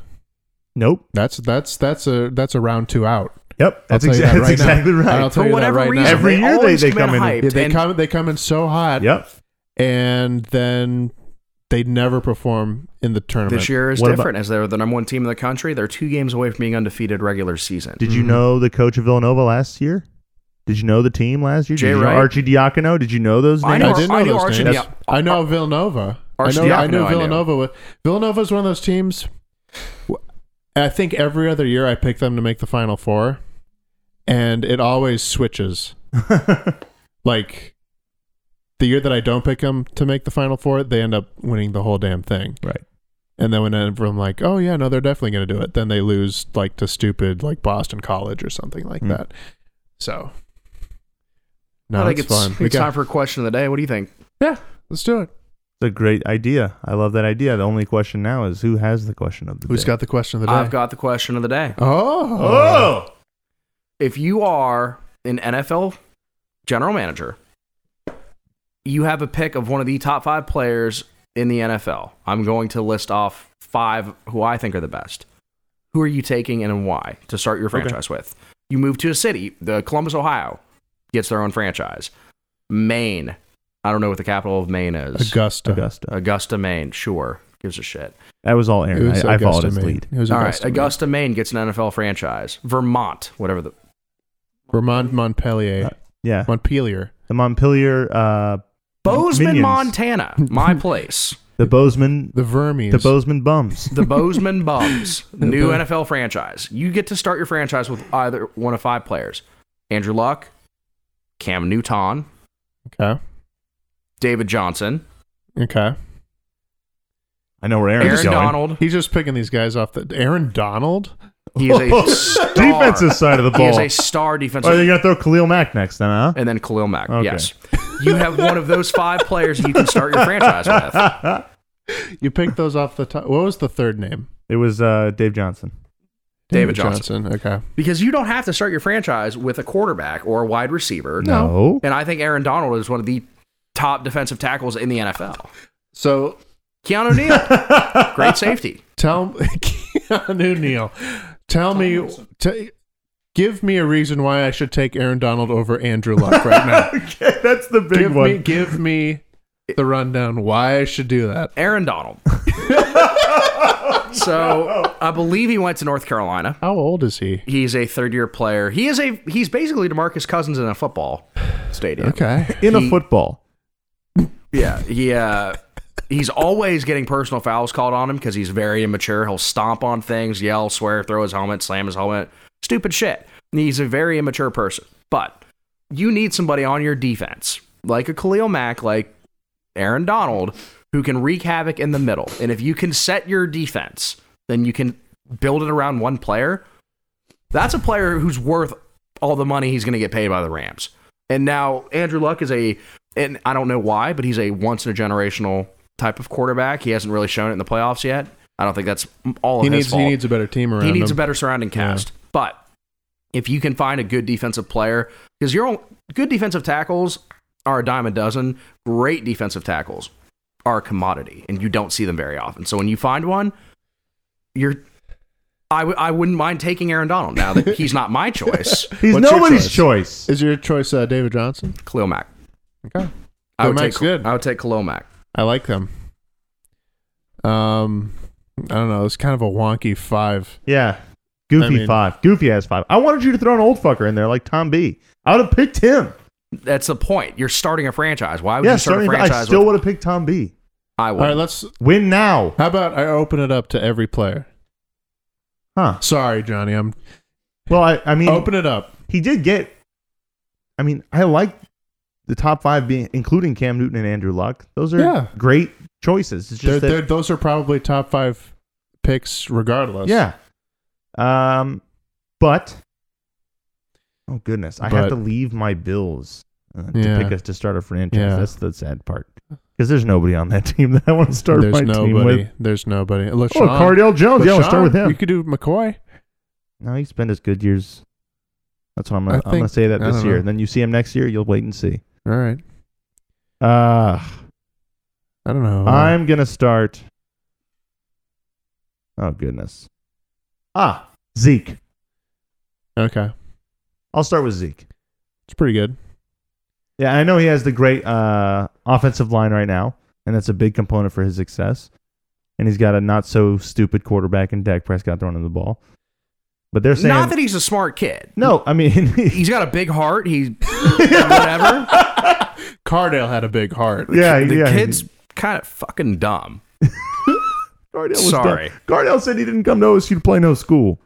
Speaker 1: Nope.
Speaker 2: That's that's that's a that's a round two out.
Speaker 1: Yep. That's,
Speaker 2: tell you
Speaker 1: exa-
Speaker 2: that
Speaker 1: that's
Speaker 2: right now.
Speaker 1: exactly
Speaker 2: I'll
Speaker 1: right.
Speaker 2: tell
Speaker 3: For
Speaker 2: you that
Speaker 3: whatever
Speaker 2: right
Speaker 3: reason,
Speaker 2: now.
Speaker 1: Every year they-
Speaker 3: always
Speaker 1: they
Speaker 3: come
Speaker 1: come in-
Speaker 3: hyped,
Speaker 2: Yeah, they
Speaker 3: and
Speaker 2: come they come in so hot,
Speaker 1: Yep.
Speaker 2: and then they never perform in the tournament.
Speaker 3: This year is
Speaker 1: What about-
Speaker 3: different as they're the number one team in the country. They're two games away from being undefeated regular season.
Speaker 1: Did you know the coach of Villanova last year? Did you know the team last year?
Speaker 3: Jay
Speaker 1: Did you know
Speaker 3: Wright?
Speaker 1: Archie Diacono? Did you know those
Speaker 3: I
Speaker 1: names?
Speaker 2: I
Speaker 3: know-
Speaker 2: didn't know
Speaker 3: I knew
Speaker 2: those
Speaker 3: Archie-
Speaker 2: names.
Speaker 3: yeah.
Speaker 2: I know Villanova.
Speaker 3: Archie
Speaker 2: I know. I
Speaker 3: Diacono,
Speaker 2: know
Speaker 3: I knew.
Speaker 2: Villanova. was- Villanova is one of those teams. wh- I think every other year I pick them to make the Final Four, and it always switches.
Speaker 1: [LAUGHS]
Speaker 2: like the year that I don't pick them to make the Final Four, they end up winning the whole damn thing.
Speaker 1: Right.
Speaker 2: And then whenever I'm like, oh yeah, no, they're definitely going to do it, then they lose like to stupid like Boston College or something like
Speaker 1: Hmm.
Speaker 2: that. So. No,
Speaker 3: I think
Speaker 2: it's,
Speaker 3: it's,
Speaker 2: fun.
Speaker 3: it's
Speaker 2: We got-
Speaker 3: time for a question of the day. What do you think?
Speaker 2: let's do it.
Speaker 1: It's a great idea. I love that idea. The only question now is who has the question of the
Speaker 2: Who's
Speaker 1: day?
Speaker 2: got the question of the day?
Speaker 3: I've got the question of the day.
Speaker 2: Oh.
Speaker 3: If you are an NFL general manager, you have a pick of one of the top five players in the NFL. I'm going to list off five who I think are the best. Who are you taking and why to start your franchise with? You move to a city, the Columbus, Ohio gets their own franchise. Maine, I don't know what the capital of Maine is.
Speaker 2: Augusta.
Speaker 1: Augusta.
Speaker 3: Augusta, Maine, sure. Gives a shit.
Speaker 1: That was all Aaron. I, I followed his
Speaker 2: Maine.
Speaker 1: lead.
Speaker 2: It was
Speaker 3: All right,
Speaker 2: Augusta. Maine.
Speaker 3: Augusta, Maine gets an NFL franchise. Vermont, whatever the
Speaker 2: Vermont, Montpellier.
Speaker 1: Uh, Yeah.
Speaker 2: Montpelier.
Speaker 1: The Montpelier, uh,
Speaker 3: Bozeman,
Speaker 1: Minions.
Speaker 3: Montana, my place.
Speaker 1: the Bozeman,
Speaker 2: The Vermes.
Speaker 1: the Bozeman
Speaker 3: [LAUGHS]
Speaker 1: Bums. [LAUGHS]
Speaker 3: The Bozeman Bums, new NFL franchise. You get to start your franchise with either one of five players: Andrew Luck, Cam Newton,
Speaker 2: okay.
Speaker 3: David Johnson,
Speaker 2: Okay.
Speaker 1: I know where Aaron's
Speaker 3: Aaron
Speaker 1: going.
Speaker 3: Donald.
Speaker 2: He's just picking these guys off the. Aaron Donald?
Speaker 3: He
Speaker 1: [LAUGHS]
Speaker 3: is a star.
Speaker 1: Oh, Defensive side of the
Speaker 3: He
Speaker 1: ball.
Speaker 3: is a star
Speaker 1: Are
Speaker 3: defensive.
Speaker 1: you gonna throw Khalil Mack next then, huh?
Speaker 3: and then Khalil Mack.
Speaker 1: Okay.
Speaker 3: Yes, you have one of those five players you can start your
Speaker 1: [LAUGHS]
Speaker 3: franchise with.
Speaker 2: You picked those off the top. What was the third name?
Speaker 1: It was uh, Dave Johnson.
Speaker 3: David Johnson.
Speaker 2: Okay.
Speaker 3: Because you don't have to start your franchise with a quarterback or a wide receiver.
Speaker 1: No. [LAUGHS]
Speaker 3: And I think Aaron Donald is one of the top defensive tackles in the NFL.
Speaker 2: So
Speaker 3: Keanu Neal, great safety.
Speaker 2: tell [LAUGHS] Keanu Neal. Tell me. T- give me a reason why I should take Aaron Donald over Andrew Luck right
Speaker 3: [LAUGHS]
Speaker 2: now.
Speaker 1: okay, that's the big
Speaker 2: give
Speaker 1: one.
Speaker 2: me. Give me. The rundown. Why I should do that?
Speaker 3: Aaron Donald. so I believe he went to North Carolina.
Speaker 2: How old is he?
Speaker 3: He's a third year player. He is a he's basically DeMarcus Cousins in a football stadium.
Speaker 2: Okay.
Speaker 1: In a
Speaker 3: he-
Speaker 1: football.
Speaker 3: Yeah. He uh he's always getting personal fouls called on him because he's very immature. He'll stomp on things, yell, swear, throw his helmet, slam his helmet. Stupid shit. He's a very immature person. But you need somebody on your defense, like a Khalil Mack, like Aaron Donald, who can wreak havoc in the middle. And if you can set your defense, then you can build it around one player. That's a player who's worth all the money he's going to get paid by the Rams. And now Andrew Luck is a, and I don't know why, but he's a once in a generational type of quarterback. He hasn't really shown it in the playoffs yet. I don't think that's all of
Speaker 2: he
Speaker 3: his
Speaker 2: needs
Speaker 3: fault.
Speaker 2: he needs a better team around
Speaker 3: He needs
Speaker 2: him.
Speaker 3: a better surrounding cast. But if you can find a good defensive player, because your good defensive tackles are a dime a dozen, great defensive tackles are a commodity, and you don't see them very often. So when you find one, you're. I, w- I wouldn't mind taking Aaron Donald now that he's not my choice.
Speaker 1: He's
Speaker 2: What's your
Speaker 1: nobody's choice.
Speaker 2: Is your choice uh, David Johnson?
Speaker 3: Khalil Mack.
Speaker 2: Okay,
Speaker 3: I
Speaker 2: Khalil
Speaker 3: would, take,
Speaker 2: Mack's good.
Speaker 3: I would take Khalil Mack.
Speaker 2: I like them. Um, I don't know. It's kind of a wonky five.
Speaker 1: Yeah. Goofy
Speaker 2: I mean-
Speaker 1: five. Goofy ass five. I wanted you to throw an old fucker in there like Tom B. I would have picked him.
Speaker 3: That's the point. You're starting a franchise. Why would
Speaker 1: Yeah,
Speaker 3: you start
Speaker 1: starting-
Speaker 3: a
Speaker 1: I
Speaker 3: franchise?
Speaker 1: still
Speaker 3: with,
Speaker 1: would have picked Tom B.
Speaker 3: I
Speaker 2: All
Speaker 3: would.
Speaker 2: right, let's.
Speaker 1: Win now.
Speaker 2: How about I open it up to every player?
Speaker 1: Huh.
Speaker 2: Sorry, Johnny. I'm
Speaker 1: Well, I, I mean,
Speaker 2: open it up.
Speaker 1: he did get. I mean, I like the top five being, including Cam Newton and Andrew Luck. Those are
Speaker 2: Yeah.
Speaker 1: great choices. It's
Speaker 2: They're,
Speaker 1: just that,
Speaker 2: they're, those are probably top five picks, regardless.
Speaker 1: yeah. Um, But oh goodness, I
Speaker 2: But-
Speaker 1: have to leave my bills uh,
Speaker 2: Yeah.
Speaker 1: to pick us to start a franchise.
Speaker 2: Yeah.
Speaker 1: That's the sad part because there's nobody on that [LAUGHS] team that I want to start
Speaker 2: There's
Speaker 1: my team
Speaker 2: nobody.
Speaker 1: with.
Speaker 2: There's nobody. Look,
Speaker 1: Oh,
Speaker 2: Sean.
Speaker 1: Cardell Jones.
Speaker 2: Look,
Speaker 1: Yeah, let's start
Speaker 2: Sean,
Speaker 1: with
Speaker 2: You
Speaker 1: him.
Speaker 2: could do McCoy.
Speaker 1: No, he spent his good years. That's what I'm
Speaker 2: I
Speaker 1: gonna. I'm gonna
Speaker 2: think-
Speaker 1: say that
Speaker 2: I
Speaker 1: this
Speaker 2: don't
Speaker 1: year.
Speaker 2: know.
Speaker 1: And then you see him next year. You'll wait and see.
Speaker 2: All right.
Speaker 1: Uh
Speaker 2: I don't know.
Speaker 1: I'm gonna start. Oh goodness. Ah, Zeke.
Speaker 2: okay.
Speaker 1: I'll start with Zeke.
Speaker 2: It's pretty good.
Speaker 1: Yeah, I know he has the great uh, offensive line right now, and that's a big component for his success. And he's got a not so stupid quarterback in Dak Prescott throwing him the ball. But they're saying
Speaker 3: Not that he's a smart kid.
Speaker 1: no. I mean, [LAUGHS]
Speaker 3: He's got a big heart. He whatever.
Speaker 2: Cardale had a big heart.
Speaker 1: yeah,
Speaker 3: the
Speaker 1: yeah.
Speaker 3: kid's kind of fucking dumb.
Speaker 1: Cardell was
Speaker 3: Sorry.
Speaker 1: dumb. Cardell said he didn't come to OSU to play no school.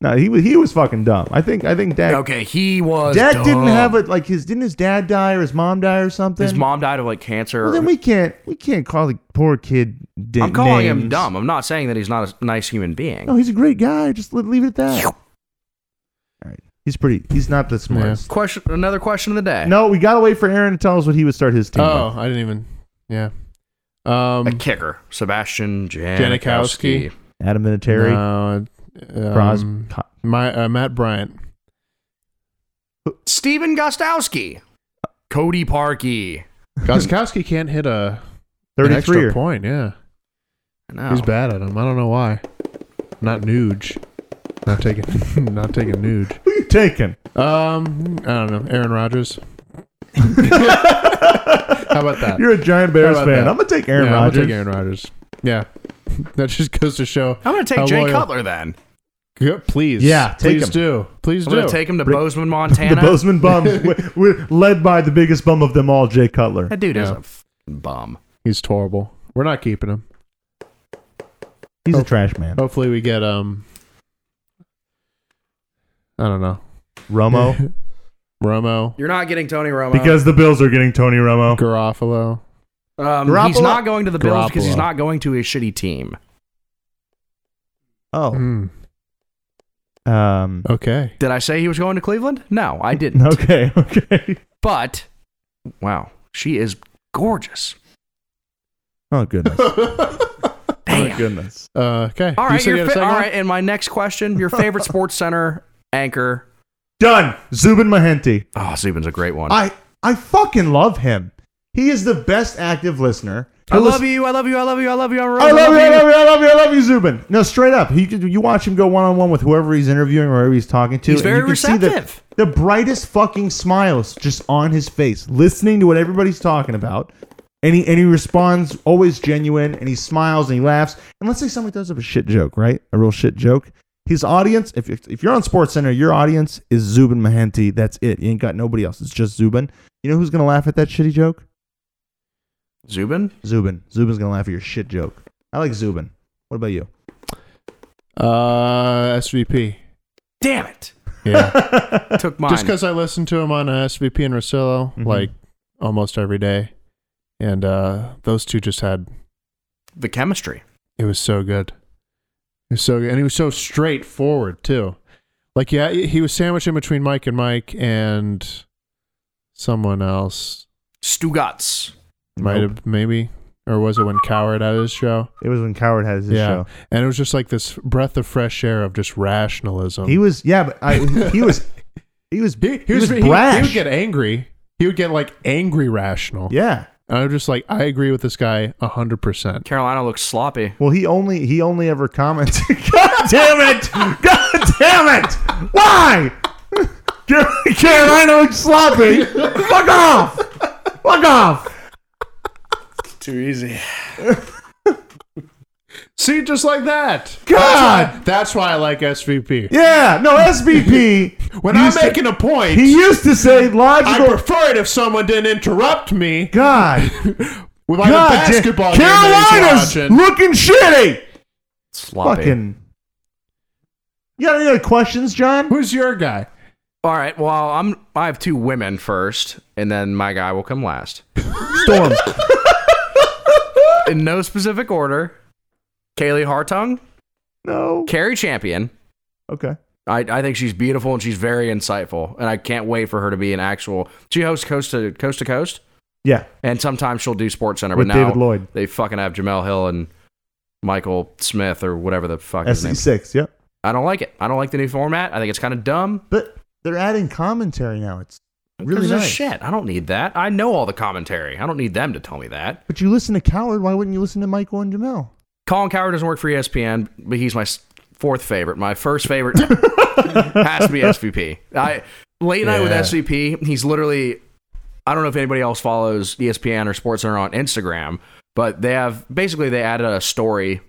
Speaker 1: No, he was he was fucking dumb. I think I think Dak
Speaker 3: Okay, he was.
Speaker 1: Dak didn't
Speaker 3: dumb.
Speaker 1: have it like his didn't his dad die or his mom die or something.
Speaker 3: His mom died of like cancer.
Speaker 1: Well, then we can't we can't call the poor kid. d-
Speaker 3: I'm calling him
Speaker 1: names.
Speaker 3: dumb. I'm not saying that he's not a nice human being.
Speaker 1: No, he's a great guy. Just le- leave it at that. All right, he's pretty. He's not the smartest.
Speaker 3: Question. Another question of the day.
Speaker 1: No, we gotta wait for Aaron to tell us what he would start his team.
Speaker 2: Oh,
Speaker 1: with.
Speaker 2: I didn't even. Yeah.
Speaker 3: A
Speaker 2: Um.
Speaker 3: kicker, Sebastian Janikowski.
Speaker 2: Janikowski.
Speaker 1: Adam Vinatieri,
Speaker 2: no, um,
Speaker 1: Pros, Co-
Speaker 2: My uh,
Speaker 1: [LAUGHS]
Speaker 2: Matt Bryant.
Speaker 3: Steven Gostowski. Cody Parkey.
Speaker 2: Goskowski can't hit a an extra
Speaker 1: thirty-three. er. Or,
Speaker 2: point. Yeah,
Speaker 3: No.
Speaker 1: Oh.
Speaker 2: he's bad at them. I don't know why. Not Nuge. Not taking. [LAUGHS] not taking Nuge.
Speaker 1: who you taking?
Speaker 2: Um. I don't know.
Speaker 1: [LAUGHS]
Speaker 2: Aaron Rodgers. How about that?
Speaker 1: You're a giant Bears
Speaker 2: How
Speaker 1: fan.
Speaker 2: about that?
Speaker 1: I'm gonna take Aaron
Speaker 2: yeah, I'll
Speaker 1: Rodgers.
Speaker 2: take Aaron Rodgers. Yeah. [LAUGHS] That just goes to show.
Speaker 3: I'm gonna take
Speaker 2: How
Speaker 3: Jay
Speaker 2: loyal.
Speaker 3: Cutler then.
Speaker 2: Go- Please.
Speaker 1: Yeah, take
Speaker 2: please
Speaker 1: him.
Speaker 2: do. Please
Speaker 3: I'm
Speaker 2: do.
Speaker 3: gonna take him to
Speaker 1: Bring-
Speaker 3: Bozeman,
Speaker 1: The
Speaker 3: Montana.
Speaker 1: Bozeman
Speaker 3: [LAUGHS]
Speaker 1: bum. we're, we're led by the biggest bum of them all, Jay Cutler.
Speaker 3: that dude is
Speaker 2: Yeah.
Speaker 3: a f- bum.
Speaker 2: He's horrible. We're not keeping him.
Speaker 1: He's a trash
Speaker 3: Oh.
Speaker 1: man.
Speaker 2: Hopefully we get um I don't know.
Speaker 3: [LAUGHS]
Speaker 1: Romo,
Speaker 2: Romo,
Speaker 3: You're not getting Tony Romo
Speaker 1: because the Bills are getting Tony Romo.
Speaker 2: Garofalo.
Speaker 3: um, he's
Speaker 1: Garoppolo-
Speaker 3: not going to the Bills because he's
Speaker 2: Garoppolo.
Speaker 3: not going to a shitty team.
Speaker 1: Oh,
Speaker 2: Mm,
Speaker 3: Mm.
Speaker 1: um, [LAUGHS]
Speaker 2: okay.
Speaker 3: Did I say he was going to Cleveland? No, I didn't.
Speaker 1: okay, okay.
Speaker 3: But wow, she is gorgeous.
Speaker 1: Oh
Speaker 3: [LAUGHS]
Speaker 1: goodness. Oh
Speaker 3: Damn.
Speaker 1: goodness.
Speaker 2: Uh, okay.
Speaker 3: All
Speaker 2: You
Speaker 3: right,
Speaker 2: said you had
Speaker 3: your
Speaker 2: a
Speaker 3: fa-
Speaker 2: second
Speaker 3: all
Speaker 2: one?
Speaker 3: right. And my next question: Your favorite Sports Center anchor?
Speaker 1: Done. Zubin Mahenti.
Speaker 3: Oh, Zubin's a great one. I,
Speaker 1: I I fucking love him. He is the best active listener. He'll
Speaker 3: love you. I love you. I love you. I love you. I
Speaker 1: I love you, I love you, I love you, I love you, Zubin. No, straight up. He could- you watch him go one on one with whoever he's interviewing or whoever he's talking to.
Speaker 3: He's
Speaker 1: and you
Speaker 3: very
Speaker 1: can see the-
Speaker 3: receptive.
Speaker 1: The, brightest fucking smiles just on his face, listening to what everybody's talking about. And he and he responds always genuine and he smiles and he laughs. And let's say somebody does up a shit joke, right? A real shit joke. His audience, if, if, if you're on Sports Center, your audience is Zubin Mahenti. That's it. You ain't got nobody else. It's just Zubin. You know who's gonna laugh at that shitty joke?
Speaker 3: Zubin.
Speaker 1: Zubin. Zubin's gonna laugh at your shit joke. I like Zubin. What about you?
Speaker 2: Uh SVP.
Speaker 3: Damn it!
Speaker 1: [LAUGHS]
Speaker 2: Yeah.
Speaker 3: Took mine.
Speaker 2: Just cuz I listen to him on uh, SVP and Rosillo
Speaker 1: Mhm.
Speaker 2: like almost every day. And uh those two just had
Speaker 3: the chemistry.
Speaker 2: It was so good. It was so good. And he was so straightforward too. Like yeah, he was sandwiched in between Mike and Mike and someone else.
Speaker 3: Stugatz.
Speaker 2: Might
Speaker 1: Nope.
Speaker 2: have maybe. Or was it when Coward had his show?
Speaker 1: It was when Coward had his
Speaker 2: yeah.
Speaker 1: show.
Speaker 2: And it was just like this breath of fresh air of just rationalism.
Speaker 1: He was yeah, but I, he was he was
Speaker 2: Um, he,
Speaker 1: he was
Speaker 2: he-
Speaker 1: brash.
Speaker 2: he would get angry. He would get like angry rational.
Speaker 1: yeah.
Speaker 2: And I'm just like, I agree with this guy hundred percent.
Speaker 3: Carolina looks sloppy.
Speaker 1: Well, he only he only ever comments. God [LAUGHS] damn it! [LAUGHS] God damn it! Why? [LAUGHS] Car- Carolina looks sloppy. Fuck off! Fuck off!
Speaker 3: Too easy.
Speaker 2: [LAUGHS] See, just like that.
Speaker 1: God.
Speaker 2: That's why I like SVP.
Speaker 1: Yeah, no SVP.
Speaker 2: When
Speaker 1: he
Speaker 2: I'm
Speaker 1: used to-
Speaker 2: making a point,
Speaker 1: he used to say
Speaker 2: I
Speaker 1: logical.
Speaker 2: prefer it if someone didn't interrupt me
Speaker 1: God,
Speaker 2: with my
Speaker 1: God, damn-
Speaker 2: basketball game that
Speaker 1: Carolina's
Speaker 2: he's watching.
Speaker 1: looking shitty.
Speaker 3: Sloppy.
Speaker 1: Fucking. You got any other questions, John?
Speaker 2: Who's your guy?
Speaker 3: All right. Well, I'm. I have two women first, and then my guy will come last.
Speaker 1: Storm.
Speaker 3: In no specific order. Kaylee Hartung,
Speaker 1: [LAUGHS] no.
Speaker 3: Carrie Champion,
Speaker 1: Okay.
Speaker 3: I, I think she's beautiful and she's very insightful, and I can't wait for her to be an actual. She hosts coast to coast to coast,
Speaker 1: Yeah,
Speaker 3: and sometimes she'll do Sports Center.
Speaker 1: with
Speaker 3: but now
Speaker 1: David Lloyd,
Speaker 3: they fucking have Jamel Hill and Michael Smith or whatever the fuck
Speaker 1: E
Speaker 3: his name. is.
Speaker 1: SC6. Yep.
Speaker 3: I don't like it. I don't like the new format. I think it's kind of dumb.
Speaker 1: But they're adding commentary now. It's really
Speaker 3: There's no
Speaker 1: nice.
Speaker 3: shit. I don't need that. I know all the commentary. I don't need them to tell me that.
Speaker 1: But you listen to Coward. Why wouldn't you listen to Michael and Jamel?
Speaker 3: Colin Coward doesn't work for E ESPN, but he's my s- fourth favorite. My first favorite [LAUGHS] has to be SVP. I late night with
Speaker 2: Yeah.
Speaker 3: SVP. He's literally. I don't know if anybody else follows E ESPN or SportsCenter on Instagram, but they have basically they added a story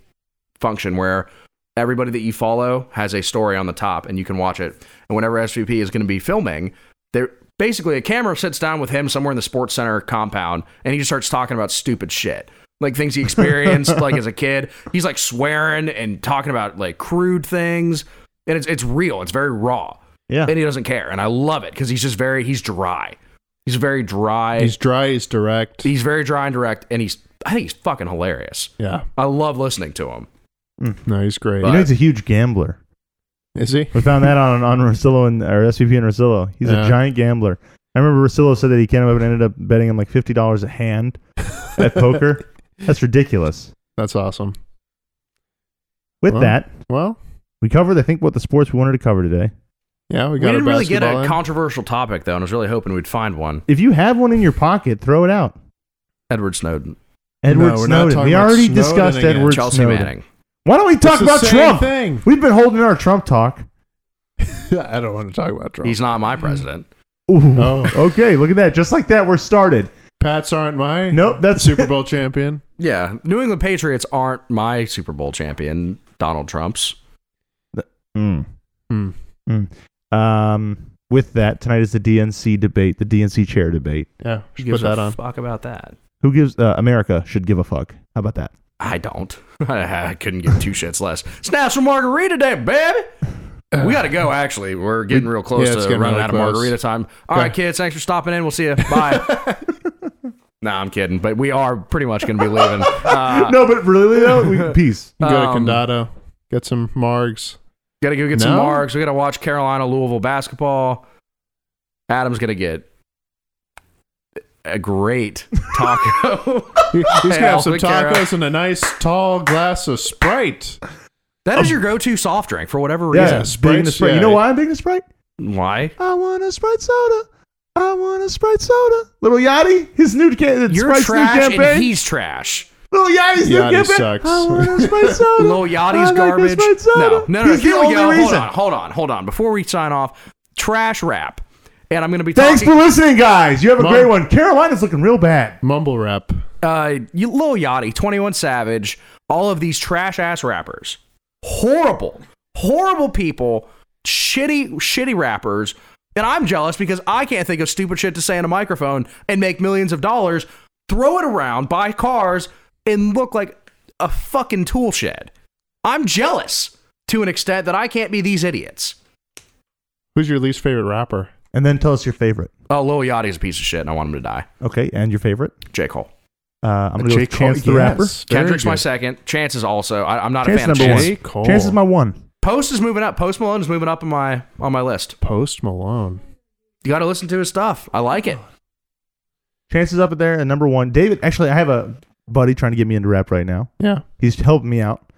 Speaker 3: function where everybody that you follow has a story on the top and you can watch it. And whenever SVP is going to be filming, they're basically a camera sits down with him somewhere in the sports center compound and he just starts talking about stupid shit. Like things he experienced like as a kid. He's like swearing and talking about like crude things. And it's it's real. It's very raw.
Speaker 1: Yeah.
Speaker 3: And he doesn't care. And I love it because he's just very he's dry. He's very dry.
Speaker 2: He's dry. He's direct.
Speaker 3: he's very dry and direct and he's I think he's fucking hilarious.
Speaker 2: yeah.
Speaker 3: I love listening to him.
Speaker 2: No, he's great.
Speaker 1: You know he's a huge gambler.
Speaker 2: Is he?
Speaker 1: We found that on on Rosillo and or SVP and Rosillo. He's
Speaker 2: Yeah.
Speaker 1: a giant gambler. I remember Rosillo said that he came up and ended up betting him like fifty dollars a
Speaker 2: [LAUGHS]
Speaker 1: hand at poker. That's ridiculous.
Speaker 2: That's awesome.
Speaker 1: With
Speaker 2: Wow.
Speaker 1: that,
Speaker 2: Well,
Speaker 1: we covered I think what the sports we wanted to cover today.
Speaker 2: yeah, we
Speaker 3: We,
Speaker 2: got
Speaker 3: didn't
Speaker 2: our
Speaker 3: really get
Speaker 2: basketball
Speaker 3: a
Speaker 2: in.
Speaker 3: controversial topic though, and I was really hoping we'd find one.
Speaker 1: If you have one in your pocket, throw it out.
Speaker 3: Edward Snowden,
Speaker 1: Edward
Speaker 2: No, we're not
Speaker 1: Snowden.
Speaker 2: talking
Speaker 1: We
Speaker 2: about
Speaker 1: already
Speaker 2: Snowden
Speaker 1: discussed
Speaker 2: again.
Speaker 1: Edward
Speaker 3: Chelsea
Speaker 1: Snowden.
Speaker 3: Manning.
Speaker 1: Why don't we talk
Speaker 2: It's the
Speaker 1: about
Speaker 2: same
Speaker 1: Trump?
Speaker 2: thing.
Speaker 1: We've been holding our Trump talk.
Speaker 2: [LAUGHS] I don't want to talk about Trump.
Speaker 3: He's not my president.
Speaker 1: Ooh.
Speaker 2: Oh.
Speaker 1: [LAUGHS] Okay, look at that. Just like that, we're started.
Speaker 2: Pats aren't my
Speaker 1: Nope, that's
Speaker 2: Super Bowl [LAUGHS] champion.
Speaker 3: Yeah, New England Patriots aren't my Super Bowl champion. Donald Trump's.
Speaker 1: Mm.
Speaker 2: Hmm.
Speaker 1: Mm. Um, with that, tonight is the DNC debate, the DNC chair debate.
Speaker 2: Yeah,
Speaker 3: Who
Speaker 2: should put
Speaker 3: gives a
Speaker 2: that on.
Speaker 3: fuck about that?
Speaker 1: Who gives uh, America should give a fuck? How about
Speaker 2: [LAUGHS]
Speaker 1: that?
Speaker 3: I don't. [LAUGHS] I couldn't give two shits less. It's National Margarita Day, baby. We got to go. Actually, we're getting real close
Speaker 2: yeah, it's
Speaker 3: to
Speaker 2: getting
Speaker 3: running
Speaker 2: really
Speaker 3: out
Speaker 2: close.
Speaker 3: of margarita time. All right,
Speaker 2: Okay.
Speaker 3: kids. Thanks for stopping in. We'll see
Speaker 2: [LAUGHS]
Speaker 3: you. Bye. nah, I'm kidding. But we are pretty much going to
Speaker 2: [LAUGHS]
Speaker 3: be leaving. Uh,
Speaker 1: no, but really though, we, peace.
Speaker 2: You can go
Speaker 3: Um,
Speaker 2: to Condado, get some margs.
Speaker 3: Gotta go get some
Speaker 2: No?
Speaker 3: marks. We gotta watch Carolina Louisville basketball. Adam's gonna get a great
Speaker 2: [LAUGHS]
Speaker 3: taco.
Speaker 2: He's gonna have some
Speaker 3: Alvin
Speaker 2: tacos and a nice tall glass of Sprite.
Speaker 3: that is your go-to soft drink for whatever
Speaker 1: Yeah,
Speaker 3: reason.
Speaker 2: Sprite's-
Speaker 1: big into Sprite. You know
Speaker 2: yeah.
Speaker 1: why I'm big into Sprite?
Speaker 3: Why?
Speaker 1: I want a Sprite soda. I want a Sprite soda. Little Yachty, his new ca- uh,
Speaker 3: You're
Speaker 1: Sprite's new
Speaker 3: trash
Speaker 1: campaign.
Speaker 3: and he's trash.
Speaker 1: Little Yachty's new
Speaker 2: Yachty
Speaker 1: campaign.
Speaker 2: sucks.
Speaker 1: I want a
Speaker 2: [LAUGHS]
Speaker 1: Sprite soda.
Speaker 3: Lil Yachty's
Speaker 1: I like a
Speaker 3: garbage.
Speaker 1: Sprite
Speaker 3: No,
Speaker 1: soda.
Speaker 3: no, no.
Speaker 1: He's
Speaker 3: here
Speaker 1: the
Speaker 3: we
Speaker 1: only
Speaker 3: go. Hold
Speaker 1: reason.
Speaker 3: on, hold on, hold on. Before we sign off, trash rap. And I'm gonna be
Speaker 1: Thanks
Speaker 3: talking.
Speaker 1: for listening, guys. You have a
Speaker 2: Mom.
Speaker 1: great one. Carolina's looking real bad.
Speaker 2: Mumble rap.
Speaker 3: uh, you, Lil Yachty, 21 Savage, all of these trash ass rappers. Horrible, horrible people, shitty, shitty rappers. And I'm jealous because I can't think of stupid shit to say in a microphone and make millions of dollars, throw it around, buy cars, and look like a fucking tool shed. I'm jealous to an extent that I can't be these idiots.
Speaker 2: Who's your least favorite rapper?
Speaker 1: And then tell us your favorite.
Speaker 3: Oh, Lil Yachty's a piece of shit and I want him to die.
Speaker 1: Okay, and your favorite?
Speaker 3: J. Cole.
Speaker 1: Uh, I'm gonna go with
Speaker 2: Cole-
Speaker 1: Chance the Rapper.
Speaker 2: Yes, there
Speaker 3: Kendrick's
Speaker 2: you
Speaker 3: my
Speaker 2: go.
Speaker 3: second. Chance is also. I, I'm not
Speaker 1: Chance
Speaker 3: a fan of
Speaker 1: number
Speaker 3: Chance.
Speaker 1: one.
Speaker 2: J. Cole.
Speaker 1: Chance is my one.
Speaker 3: Post is moving up. Post Malone is moving up on my on my list.
Speaker 2: Post Malone.
Speaker 3: You got to listen to his stuff. I like it.
Speaker 1: Chance is up there and number one. David, actually, I have a buddy trying to get me into rap right now.
Speaker 2: Yeah.
Speaker 1: He's helping me out.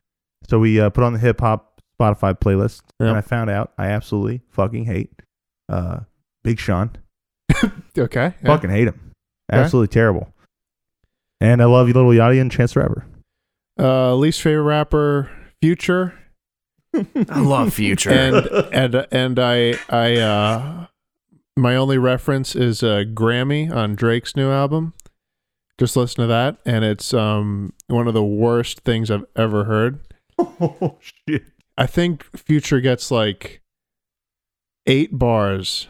Speaker 1: So we uh, put on the hip hop Spotify playlist,
Speaker 2: Yep.
Speaker 1: and I found out I absolutely fucking hate uh, Big Sean.
Speaker 2: Okay. yeah.
Speaker 1: Fucking hate him.
Speaker 2: Okay.
Speaker 1: Absolutely terrible. And I love you, Little Yachty and Chance the Rapper.
Speaker 2: Uh, least favorite rapper, Future.
Speaker 3: [LAUGHS] I love Future. [LAUGHS]
Speaker 2: and and and I I uh my only reference is a Grammy on Drake's new album. Just listen to that, and it's um one of the worst things I've ever heard.
Speaker 1: Oh shit!
Speaker 2: I think Future gets like eight bars,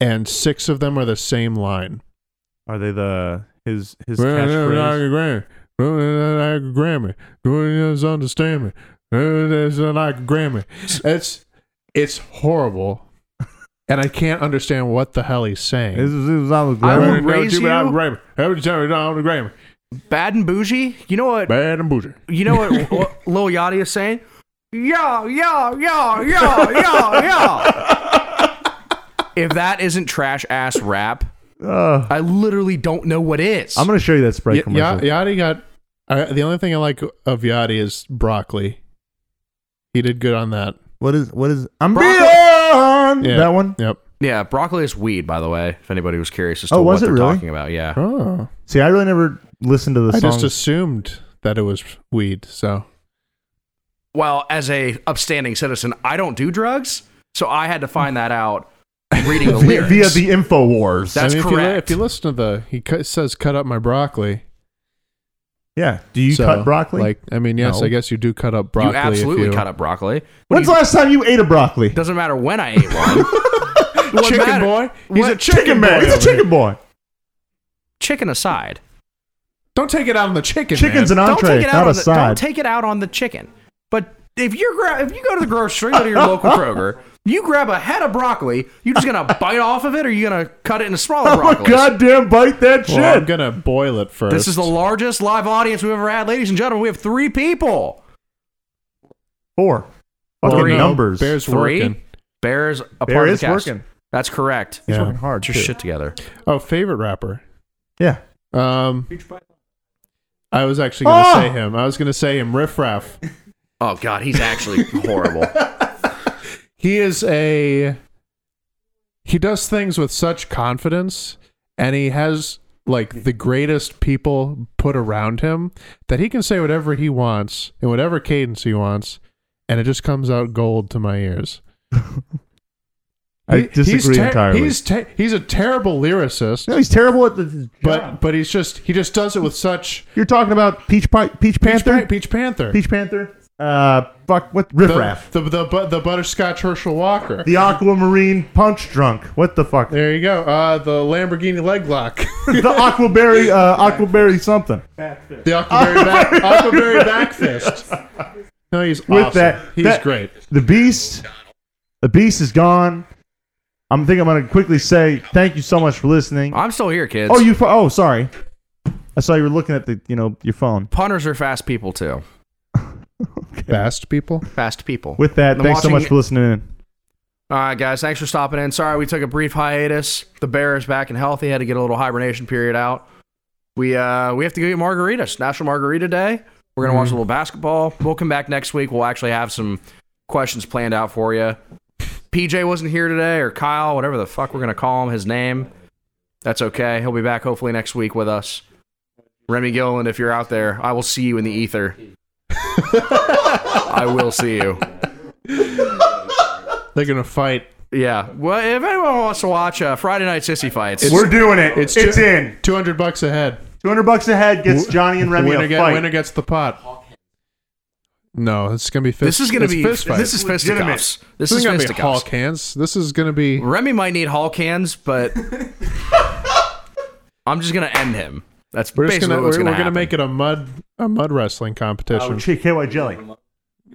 Speaker 2: and six of them are the same line.
Speaker 1: Are they the his his catchphrase?
Speaker 2: Grammy, Grammy, Grammy, understand me. It's like Grammy. It's it's horrible, and I can't understand what the hell he's
Speaker 1: This
Speaker 2: saying.
Speaker 1: is, this is on the
Speaker 3: I
Speaker 1: Grammy.
Speaker 3: will raise you-
Speaker 2: Grammy. Every time I'm the Grammy,
Speaker 3: Bad and bougie. You know what?
Speaker 2: bad and bougie.
Speaker 3: [LAUGHS] You know what, what Lil Yachty is saying? yo, yo, yo, yo, yo, yo. [LAUGHS] If that isn't trash ass rap,
Speaker 1: Ugh.
Speaker 3: I literally don't know what is.
Speaker 1: I'm gonna show you that Sprite
Speaker 2: Y- Ya-
Speaker 1: commercial.
Speaker 2: Yachty got I the only thing I like of Yachty is broccoli. He did good on that.
Speaker 1: What is what is? I'm
Speaker 3: Broccoli-
Speaker 1: beyond
Speaker 2: Yeah.
Speaker 1: that one.
Speaker 2: Yep.
Speaker 3: yeah, broccoli is weed, by the way. If anybody was curious as to
Speaker 1: Oh,
Speaker 3: what
Speaker 1: was
Speaker 3: they're
Speaker 1: it really?
Speaker 3: talking about, yeah.
Speaker 2: Oh,
Speaker 1: See, I really never listened to the
Speaker 2: I
Speaker 1: song.
Speaker 2: just assumed that it was weed. So
Speaker 3: Well, as a upstanding citizen, I don't do drugs, so I had to find that out reading
Speaker 1: [LAUGHS]
Speaker 3: the
Speaker 1: via,
Speaker 3: lyrics.
Speaker 1: via the Infowars.
Speaker 3: That's
Speaker 2: if You, li- if
Speaker 3: correct.
Speaker 2: you listen to the, he cu- says, "Cut up my broccoli."
Speaker 1: yeah. Do you
Speaker 2: So,
Speaker 1: cut broccoli?
Speaker 2: Like, I mean, yes,
Speaker 1: No.
Speaker 2: I guess you do cut up broccoli.
Speaker 3: you absolutely
Speaker 2: if you,
Speaker 3: cut up broccoli.
Speaker 1: When's the last time you ate a broccoli?
Speaker 3: Doesn't matter when I ate
Speaker 1: [LAUGHS]
Speaker 3: one. What
Speaker 2: Chicken
Speaker 3: matter-
Speaker 2: boy.
Speaker 3: He's a chicken,
Speaker 1: Chicken boy. He's a [LAUGHS] chicken boy.
Speaker 3: Chicken aside.
Speaker 2: Don't take it out on the chicken.
Speaker 1: Chicken's
Speaker 2: man.
Speaker 1: an
Speaker 3: Don't
Speaker 1: entree,
Speaker 3: take it out
Speaker 1: not
Speaker 3: on
Speaker 1: a
Speaker 3: the,
Speaker 1: side. [LAUGHS]
Speaker 3: Don't take it out on the chicken. But if you grab, if you go to the grocery, go to your
Speaker 1: [LAUGHS]
Speaker 3: local Kroger, you grab a head of broccoli. You just gonna bite off of it, or you gonna cut it into smaller
Speaker 1: Oh my
Speaker 3: broccoli?
Speaker 1: goddamn! Bite that shit.
Speaker 2: Well, I'm gonna boil it first.
Speaker 3: This is the largest live audience we've ever had, ladies and gentlemen. We have three people.
Speaker 1: Four. Fucking
Speaker 3: Three.
Speaker 1: numbers.
Speaker 2: Bears
Speaker 3: three
Speaker 2: working.
Speaker 3: bears. A
Speaker 1: Bear
Speaker 3: part of
Speaker 1: is
Speaker 3: the cast.
Speaker 1: working.
Speaker 3: That's correct.
Speaker 1: He's
Speaker 2: Yeah.
Speaker 1: working hard.
Speaker 3: Get your
Speaker 1: too.
Speaker 3: shit together.
Speaker 2: Oh, favorite rapper.
Speaker 1: Yeah.
Speaker 2: Um, I was actually gonna
Speaker 1: Ah!
Speaker 2: say him. I was gonna say him. Riff Raff.
Speaker 3: Oh God, he's
Speaker 1: [LAUGHS]
Speaker 3: actually [LAUGHS] horrible.
Speaker 2: He is a. He does things with such confidence, and he has like the greatest people put around him that he can say whatever he wants in whatever cadence he wants, and it just comes out gold to my ears.
Speaker 1: I
Speaker 2: He-
Speaker 1: disagree
Speaker 2: he's ter-
Speaker 1: entirely.
Speaker 2: He's te- he's a terrible lyricist,
Speaker 1: no, he's terrible at the.
Speaker 2: but but he's just he just does it with such
Speaker 1: you're talking about Peach Pi- Peach Panther.
Speaker 2: Peach, Peach Panther,
Speaker 1: Peach Panther. Uh, fuck. What? Riff
Speaker 2: the,
Speaker 1: Raff.
Speaker 2: the, the, bu- the butterscotch Herschel Walker.
Speaker 1: The Aquamarine Punch Drunk. What the fuck?
Speaker 2: There you go. Uh, the Lamborghini leg lock. [LAUGHS]
Speaker 1: the Aquaberry. Uh, Aquaberry something.
Speaker 2: The
Speaker 1: [LAUGHS]
Speaker 2: Aquaberry back, Aquaberry back fist. No, he's
Speaker 1: With
Speaker 2: awesome.
Speaker 1: that,
Speaker 2: he's
Speaker 1: that-
Speaker 2: great.
Speaker 1: The Beast. The Beast is gone. I'm think I'm gonna quickly say thank you so much for listening.
Speaker 3: I'm still here, kids.
Speaker 1: Oh, you. fo- Oh, sorry. I saw you were looking at the you know your phone.
Speaker 3: punters are fast people too.
Speaker 2: Fast people.
Speaker 3: Fast people.
Speaker 1: With that,
Speaker 3: I'm
Speaker 1: thanks so
Speaker 3: watching
Speaker 1: much
Speaker 3: it-
Speaker 1: for listening. in.
Speaker 3: All right, guys. Thanks for stopping in. Sorry we took a brief hiatus. The bear is back and healthy. Had to get a little hibernation period out. We uh we have to go get margaritas. National Margarita Day. We're gonna watch a little basketball. We'll come back next week. We'll actually have some questions planned out for you. PJ wasn't here today, or Kyle, whatever the fuck we're gonna call him. His name. That's okay. He'll be back hopefully next week with us. Remy Gilland, if you're out there, I will see you in the ether. I will see you.
Speaker 2: They're gonna fight.
Speaker 3: Yeah. Well, if anyone wants to watch uh, Friday Night Sissy Fights,
Speaker 1: We're doing it. It's,
Speaker 2: two-
Speaker 1: in.
Speaker 2: Two hundred bucks ahead.
Speaker 1: 200 bucks a head gets Johnny and Remy
Speaker 2: winner,
Speaker 1: a
Speaker 2: get-
Speaker 1: fight.
Speaker 2: winner gets the pot. No, it's gonna be fist.
Speaker 3: this is going to
Speaker 2: it's
Speaker 3: be
Speaker 2: fist fight.
Speaker 3: this is fisticuffs. This,
Speaker 2: This
Speaker 3: is
Speaker 2: is gonna be
Speaker 3: fisticuffs.
Speaker 2: Hulk hands. This is gonna be.
Speaker 3: Remy might need Hulk hands,
Speaker 2: [LAUGHS]
Speaker 3: but I'm just going to end him. That's
Speaker 2: We're just
Speaker 3: basically
Speaker 2: gonna we're,
Speaker 3: what's
Speaker 2: we're
Speaker 3: going to
Speaker 2: gonna
Speaker 3: happen.
Speaker 2: make it a mud a mud wrestling competition.
Speaker 1: Oh, shit, KY Jelly.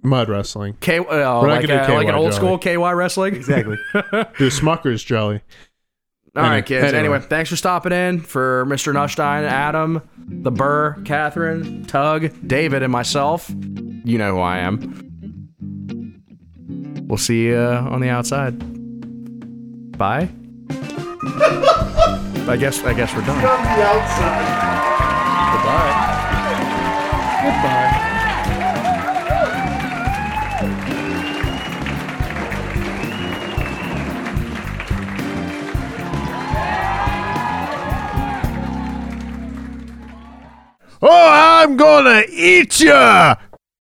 Speaker 2: mud wrestling.
Speaker 3: K- uh,
Speaker 2: not
Speaker 3: like,
Speaker 2: gonna
Speaker 3: uh,
Speaker 2: do
Speaker 3: like an
Speaker 2: KY
Speaker 3: old school KY wrestling.
Speaker 1: Exactly.
Speaker 2: Do Smucker's jelly.
Speaker 3: All right,
Speaker 2: Anyway,
Speaker 3: kids. Anyway.
Speaker 2: anyway.
Speaker 3: thanks for stopping in for Mr. Nushstein, Adam, the Burr, Catherine, Tug, David, and myself. You know who I am. We'll see you uh, on the outside.
Speaker 2: [LAUGHS]
Speaker 3: Bye. I guess I guess we're done.
Speaker 2: Oh, I'm gonna eat ya!